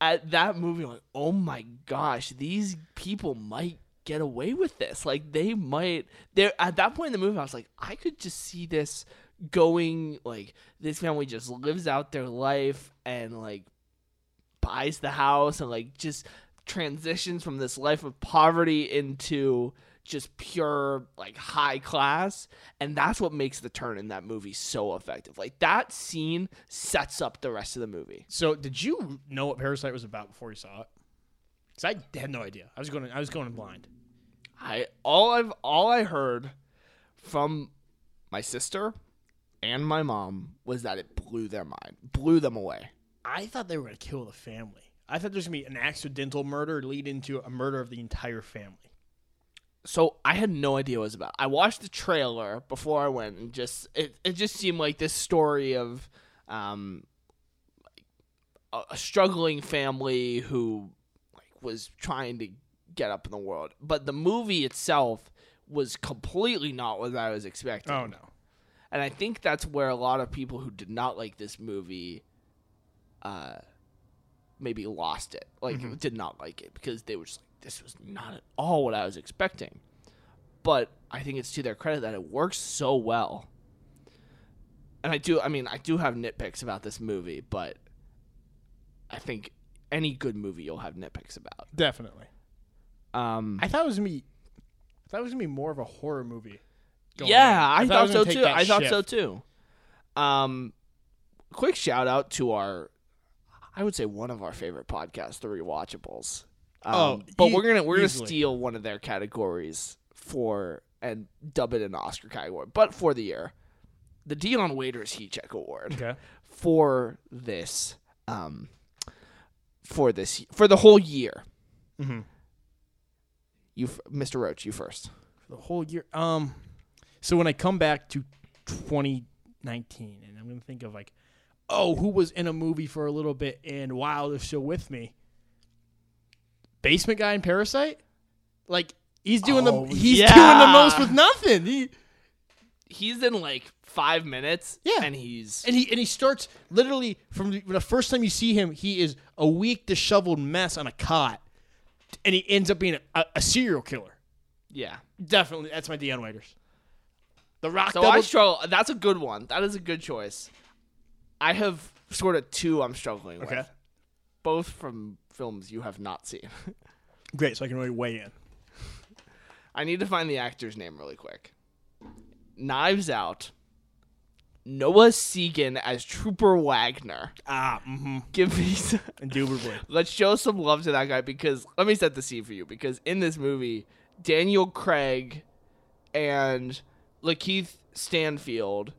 S2: at that movie I'm like, "Oh my gosh, these people might get away with this. Like they might they at that point in the movie I was like, I could just see this going like this family just lives out their life and like buys the house and like just transitions from this life of poverty into just pure like high class and that's what makes the turn in that movie so effective like that scene sets up the rest of the movie
S1: So, did you know what Parasite was about before you saw it? Because I had no idea. I was going. I was going blind.
S2: i all i've all i heard from my sister and my mom was that it blew their mind blew them away
S1: I thought they were going to kill the family. I thought there's going to be an accidental murder lead into a murder of the entire family.
S2: so I had no idea what it was about. I watched the trailer before I went, and just it, it just seemed like this story of um, a, a struggling family who like was trying to get up in the world. But the movie itself was completely not what I was expecting.
S1: Oh,
S2: And I think that's where a lot of people who did not like this movie uh maybe lost it. Like did not like it because they were just like this was not at all what I was expecting. But I think it's to their credit that it works so well. And I do I mean I do have nitpicks about this movie, but I think any good movie you'll have nitpicks about.
S1: definitely.
S2: Um
S1: I thought it was going to be. I thought it was going to be more of a horror movie. going
S2: Yeah,
S1: on.
S2: I,
S1: it
S2: thought,
S1: was
S2: so
S1: gonna take
S2: too.
S1: that
S2: I thought so
S1: shift.
S2: too. Um, quick shout out to our, I would say one of our favorite podcasts, The Rewatchables. Um,
S1: Oh,
S2: but
S1: e-
S2: we're gonna we're
S1: easily.
S2: gonna steal one of their categories for and dub it an Oscar category, but for the year, the Dion Waiters Heat Check Award
S1: Okay.
S2: for this um for this for the whole year.
S1: Mhm.
S2: You, f- Mr. Roach, you first.
S1: the whole year. Um, so when I come back to 2019, and I'm gonna think of like, oh, who was in a movie for a little bit, and wow, they're still with me. Basement guy in Parasite, like he's doing
S2: Oh,
S1: the he's doing the
S2: yeah.
S1: most with nothing. He,
S2: he's in like five minutes.
S1: Yeah.
S2: and he's
S1: And he and he starts literally from the, the first time you see him, he is a weak, disheveled mess on a cot, and he ends up being a, a, a serial killer.
S2: yeah.
S1: Definitely, that's my Deion Waiters. The Rock
S2: So I
S1: double.
S2: struggle. That's a good one. That is a good choice. I have sort of two I'm struggling
S1: okay,
S2: with, both from films you have not seen.
S1: great. So I can really weigh in.
S2: I need to find the actor's name really quick. Knives Out. Noah Segan as Trooper Wagner.
S1: Ah, mm-hmm.
S2: Give me some.
S1: indubitably.
S2: Let's show some love to that guy because let me set the scene for you. Because in this movie, Daniel Craig and Lakeith Stanfield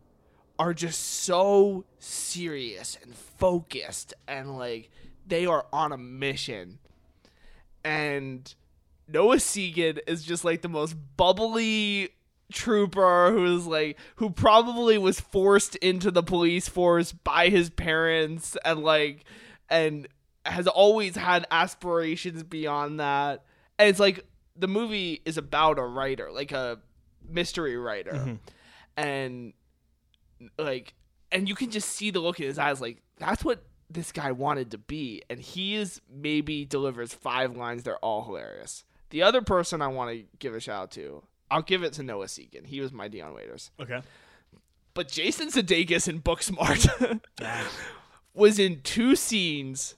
S2: are just so serious and focused and like they are on a mission. And Noah Segan is just like the most bubbly trooper who's like who probably was forced into the police force by his parents and like and has always had aspirations beyond that. And it's like the movie is about a writer, like a mystery writer. And like and you can just see the look in his eyes like that's what this guy wanted to be and he is maybe delivers five lines they're all hilarious the other person i want to give a shout out to i'll give it to noah segan he was my dion waiters
S1: Okay.
S2: but jason sudeikis in booksmart was in two scenes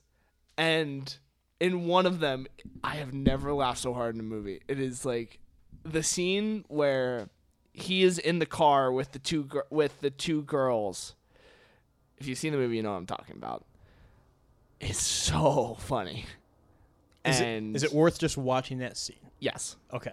S2: and in one of them i have never laughed so hard in a movie it is like the scene where he is in the car with the two gir- with the two girls if you've seen the movie you know what i'm talking about it's so funny
S1: Is
S2: and
S1: it, is it worth just watching that scene?
S2: yes
S1: Okay.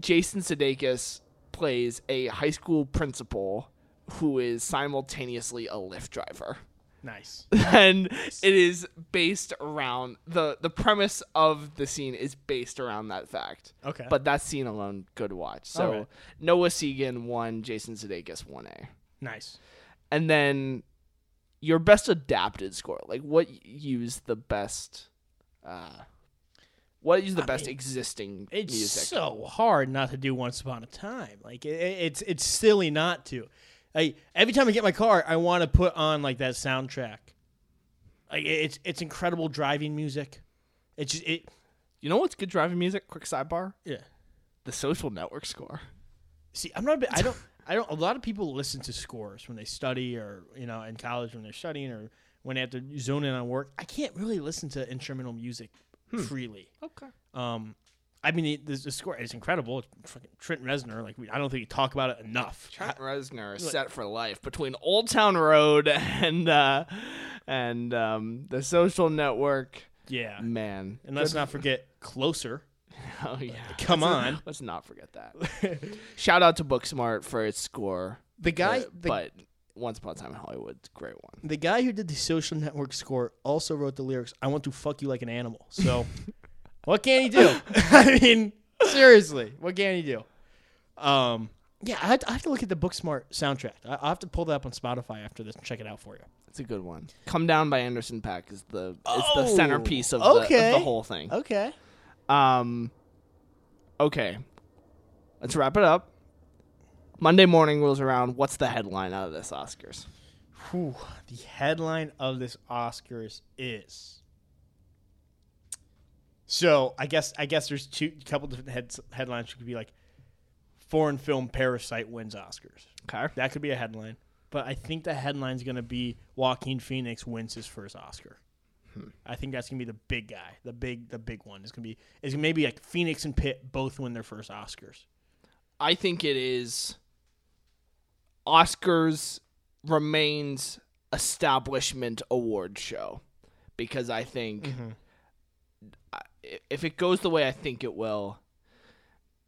S2: Jason Sudeikis plays a high school principal who is simultaneously a Lyft driver.
S1: Nice.
S2: And it is based around the the premise of the scene is based around that fact.
S1: Okay.
S2: But that scene alone, good watch. So
S1: Alright.
S2: Noah Segan one, Jason Sudeikis one A,
S1: nice.
S2: and then your best adapted score. Like what used the best, uh, what used the best existing
S1: It's
S2: music?
S1: so hard not to do Once Upon a Time. Like it, it- it's it's silly not to. Like every time I get in my car, I want to put on like that soundtrack. Like it- it's it's incredible driving music. It's just it.
S2: You know what's good driving music? Quick sidebar.
S1: Yeah.
S2: The social network score.
S1: See, I'm not. a bit- I don't. I don't. A lot of people listen to scores when they study, or you know, in college when they're studying, or when they have to zone in on work. I can't really listen to instrumental music freely.
S2: Okay.
S1: Um, I mean, it- the, the score is incredible. It's fucking Trent Reznor. Like, we, I don't think we talk about it enough.
S2: Trent Reznor is set for life between Old Town Road and uh, and um, the social network.
S1: Yeah.
S2: Man,
S1: And let's not forget Closer.
S2: oh yeah,
S1: Come on.
S2: let's not forget that. Shout out to Booksmart for its score,
S1: The guy
S2: but-
S1: the,
S2: but Once Upon a Time in Hollywood, great one.
S1: the guy who did the social network score also wrote the lyrics, I want to fuck you like an animal. So what can he do? I mean, seriously, what can he do? Um yeah, I have, to, I have to look at the Booksmart soundtrack. I, I'll have to pull that up on Spotify after this and check it out for you.
S2: It's a good one. Come Down by Anderson Pack is the is the
S1: Oh,
S2: centerpiece of, the,
S1: okay.
S2: of the whole thing.
S1: Okay.
S2: Um, okay. Let's wrap it up. Monday morning rolls around. What's the headline out of this Oscars?
S1: Whew, the headline of this Oscars is. So I guess I guess there's two couple different heads, headlines. It could be like, foreign film Parasite wins Oscars.
S2: Okay.
S1: That could be a headline. But I think the headline's going to be Joaquin Phoenix wins his first Oscar. I think that's going to be the big guy, the big the big one. It's going to be it's going to maybe like Phoenix and Pitt both win their first Oscars.
S2: I think it is Oscars remains establishment award show because I think I- if it goes the way I think it will,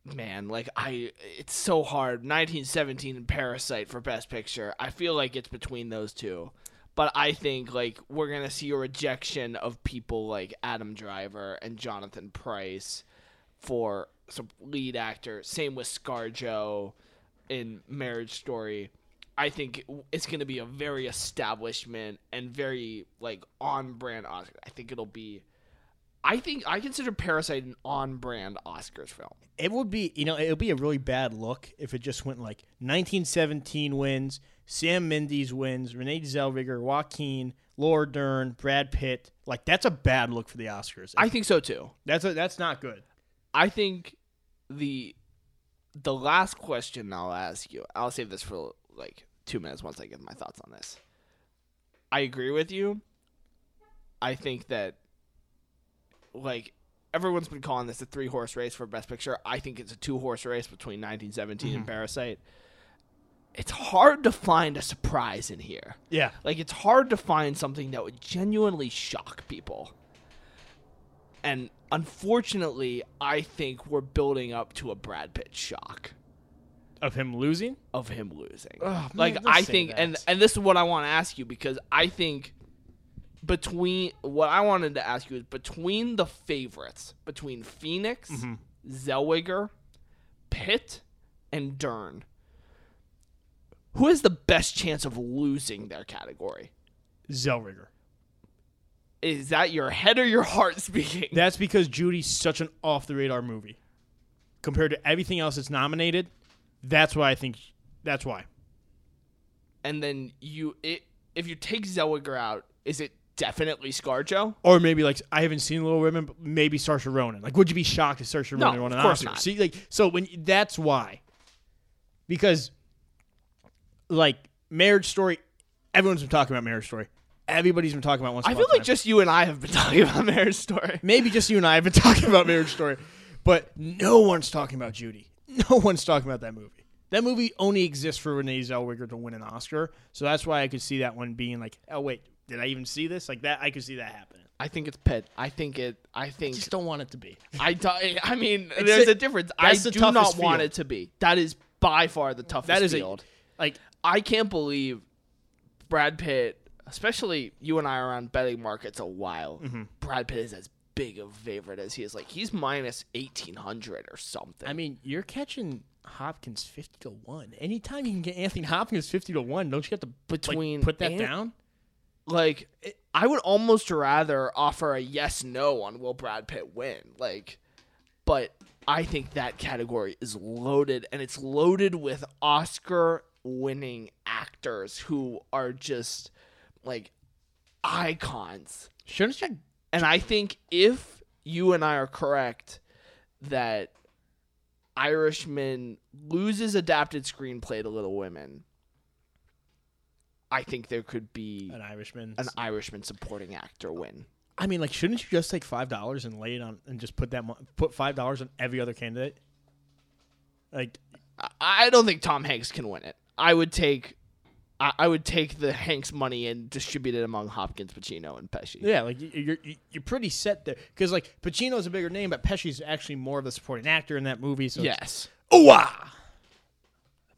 S2: man, like I, it's so hard. 1917 and Parasite for Best Picture. I feel like it's between those two. But I think like we're gonna see a rejection of people like Adam Driver and Jonathan Price for some lead actor. Same with ScarJo in Marriage Story. I think it's going to be a very establishment and very like on brand Oscar. I think it'll be I think I consider Parasite an on-brand Oscars film.
S1: It would be, you know, it would be a really bad look if it just went like 1917 wins, Sam Mendes wins, Renee Zellweger, Joaquin, Laura Dern, Brad Pitt. Like that's a bad look for the Oscars.
S2: I think so too.
S1: that's a, that's not good.
S2: I think the the last question I'll ask you, I'll save this for like two minutes once I give my thoughts on this. I agree with you. I think that like everyone's been calling this a three horse race for best picture. I think it's a two horse race between 1917 and Parasite. It's hard to find a surprise in here.
S1: Yeah.
S2: Like it's hard to find something that would genuinely shock people. And unfortunately, I think we're building up to a Brad Pitt shock
S1: Of him losing?
S2: of him losing.
S1: Ugh, man,
S2: like
S1: don't
S2: I
S1: say
S2: think and
S1: that.
S2: and this is what I want to ask you because I think between what I wanted to ask you is between the favorites, between Phoenix,
S1: Mm-hmm.
S2: Zellweger, Pitt, and Dern, who has the best chance of losing their category?
S1: Zellweger.
S2: is that your head or your heart speaking?
S1: That's because Judy's such an off the radar movie compared to everything else that's nominated. That's why I think that's why.
S2: and then you, it, if you take Zellweger out, is it definitely ScarJo?
S1: Or maybe like I haven't seen Little Women, but maybe Saoirse Ronan. Like, would you be shocked if Saoirse
S2: No,
S1: Ronan won an
S2: of course
S1: Oscar?
S2: not.
S1: See, like, so when that's why, because like Marriage Story, everyone's been talking about Marriage Story. Everybody's been talking about once.
S2: I
S1: Upon
S2: feel
S1: a
S2: like
S1: Time.
S2: just you and I have been talking about Marriage Story.
S1: maybe just you and I have been talking about Marriage Story, but no one's talking about Judy. No one's talking about that movie. That movie only exists for Renee Zellweger to win an Oscar, so that's why I could see that one being like, oh wait, did I even see this? Like that, I could see that happening.
S2: I think it's Pitt. I think it. I think
S1: Just don't want it to be.
S2: I. do- I mean, there's
S1: a-
S2: a, difference. I
S1: that's the
S2: do not
S1: toughest
S2: want
S1: field.
S2: it to be. That is by far the toughest
S1: That is a-
S2: field.
S1: Like
S2: I can't believe Brad Pitt, especially you and I are on betting markets a while.
S1: Mm-hmm.
S2: Brad Pitt is as big of a favorite as he is. Like he's minus eighteen hundred or something.
S1: I mean, you're catching Hopkins fifty to one. Anytime you can get Anthony Hopkins fifty to one, don't you have to
S2: Between
S1: like, put that
S2: Ant-
S1: down?
S2: like it- I would almost rather offer a yes no on will Brad Pitt win like but I think that category is loaded and it's loaded with Oscar winning actors who are just like icons
S1: Shouldn't you?
S2: and I think if you and I are correct that Irishman loses adapted screenplay to Little Women I think there could be
S1: An Irishman.
S2: an Irishman supporting actor win.
S1: I mean, like, shouldn't you just take five dollars and lay it on and just put that mo- put five dollars on every other candidate? Like,
S2: I- I don't think Tom Hanks can win it. I would take, I, I would take the Hanks money and distribute it among Hopkins, Pacino, and Pesci.
S1: yeah, like you- you're you- you're pretty set there because like Pacino's a bigger name, but Pesci's actually more of the supporting actor in that movie. So it's-
S2: Yes,
S1: ooh ah,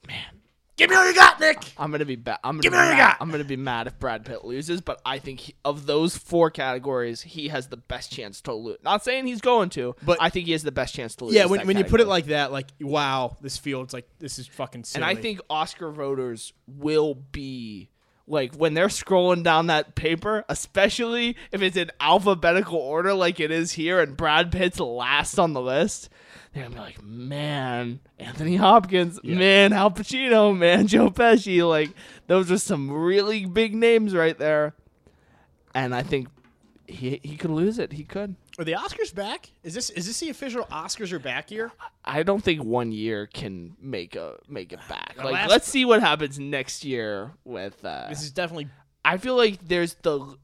S2: man.
S1: give me all you got, Nick.
S2: I'm gonna be bad. I'm gonna
S1: Give
S2: be
S1: me what you
S2: mad.
S1: got.
S2: I'm gonna be mad if Brad Pitt loses, but I think he, of those four categories, he has the best chance to lose. Not saying he's going to, but
S1: But-
S2: I think he has the best chance to lose.
S1: Yeah, when
S2: that
S1: when you put it
S2: category.
S1: like that, like wow, this field's like this is fucking silly.
S2: and I think Oscar voters will be like when they're scrolling down that paper, especially if it's in alphabetical order like it is here, and Brad Pitt's last on the list. They're gonna be like, man, Anthony Hopkins, man, Al Pacino, man, Joe Pesci. Like, those are some really big names right there. And I think he he could lose it. He could.
S1: are the Oscars back? Is this is this the official Oscars are back year?
S2: I don't think one year can make a make it back. Like,
S1: last-
S2: let's see what happens next year with uh,
S1: This is definitely
S2: I feel like there's the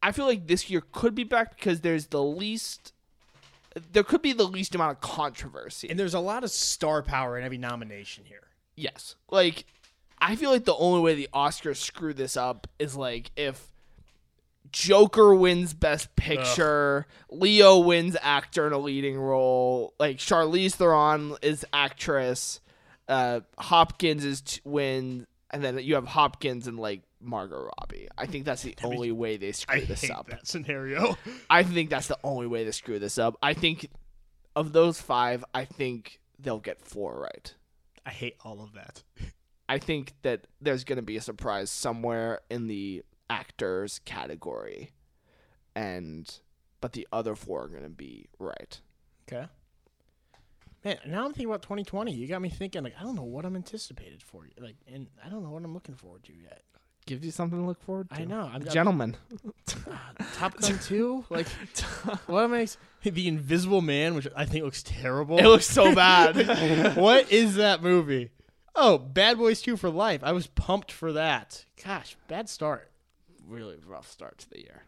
S2: I feel like this year could be back because there's the least there could be the least amount of controversy.
S1: and there's a lot of star power in every nomination here.
S2: yes. Like I feel like the only way the Oscars screw this up is like if Joker wins best picture, Leo wins actor in a leading role, like Charlize Theron is actress, uh Hopkins is t- win and then you have Hopkins and like Margot Robbie. I think that's the only way they screw
S1: I
S2: this
S1: hate
S2: up.
S1: that scenario.
S2: I think that's the only way to screw this up. I think of those five, I think they'll get four right.
S1: I hate all of that.
S2: I think that there's going to be a surprise somewhere in the actors category, and but the other four are going to be right.
S1: Okay. Man, now I'm thinking about 2020. You got me thinking. Like I don't know what I'm anticipated for. Like, and I don't know what I'm looking forward to yet.
S2: Gives you something to look forward to.
S1: I know. I'm
S2: Gentlemen.
S1: Top Gun 2? Like, what makes the Invisible Man, which I think looks terrible.
S2: it looks so bad.
S1: what is that movie? Oh, Bad Boys 2 for Life. I was pumped for that. Gosh, bad start.
S2: really rough start to the year.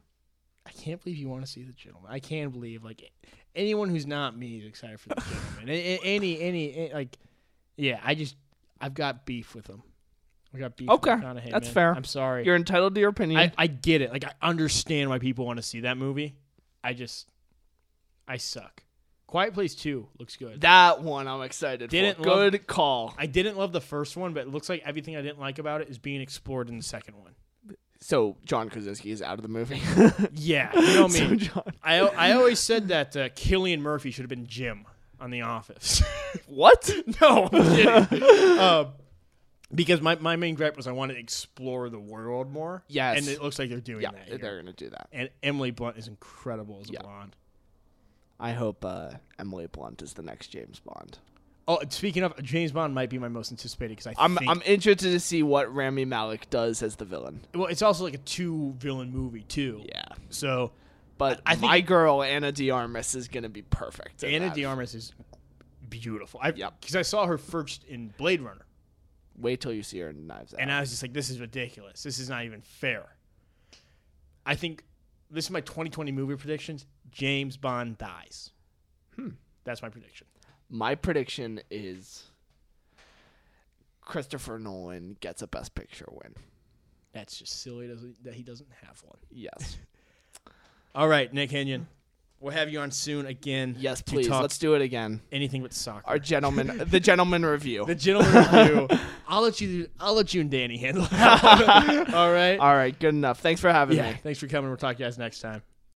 S1: I can't believe you want to see the gentleman. I can't believe like anyone who's not me is excited for the gentleman. A- a- any, any, a- like, yeah. I just I've got beef with him. I got beef.
S2: Okay,
S1: with McConaughey,
S2: that's
S1: man.
S2: fair.
S1: I'm sorry.
S2: You're entitled to your opinion.
S1: I, I get it. Like I understand why people want to see that movie. I just I suck. Quiet Place Two looks good.
S2: that one I'm excited
S1: Didn't
S2: for.
S1: love-
S2: Good call.
S1: I didn't love the first one, but it looks like everything I didn't like about it is being explored in the second one.
S2: So John Krasinski is out of the movie.
S1: Yeah, you know
S2: so
S1: me.
S2: John,
S1: I I always said that uh, Killian Murphy should have been Jim on The Office.
S2: what?
S1: no, I'm kidding. Uh, because my, my main gripe was I want to explore the world more.
S2: Yes.
S1: and it looks like they're doing
S2: Yeah,
S1: that. here.
S2: they're gonna do that.
S1: And Emily Blunt is incredible as a
S2: Yeah.
S1: blonde.
S2: I hope uh, Emily Blunt is the next James Bond.
S1: Oh, and speaking of James Bond, might be my most anticipated because I
S2: I'm
S1: think
S2: I'm interested to see what Rami Malik does as the villain.
S1: well, it's also like a two villain movie too.
S2: Yeah,
S1: So
S2: but
S1: I- I think-
S2: my girl Anna Diarmas is gonna be perfect. in
S1: Anna
S2: that.
S1: De Armas is beautiful. I
S2: Yep.
S1: because I saw her first in Blade Runner,
S2: Wait till you see her in Knives Out.
S1: and I was just like, this is ridiculous. This is not even fair. I think this is my 2020 movie predictions. James Bond dies.
S2: Hmm.
S1: That's my prediction.
S2: my prediction is Christopher Nolan gets a Best Picture win.
S1: That's just silly doesn't- that he doesn't have one.
S2: Yes,
S1: All right, Nick Henyon. We'll have you on soon again.
S2: yes,
S1: to
S2: please.
S1: talk
S2: Let's do it again.
S1: anything but soccer.
S2: Our gentleman, the gentleman review.
S1: The gentleman review. I'll let you. I'll let you and Danny handle. it. All right.
S2: All right, good enough. Thanks for having
S1: Yeah.
S2: me.
S1: Thanks for coming. We'll talk to you guys next time.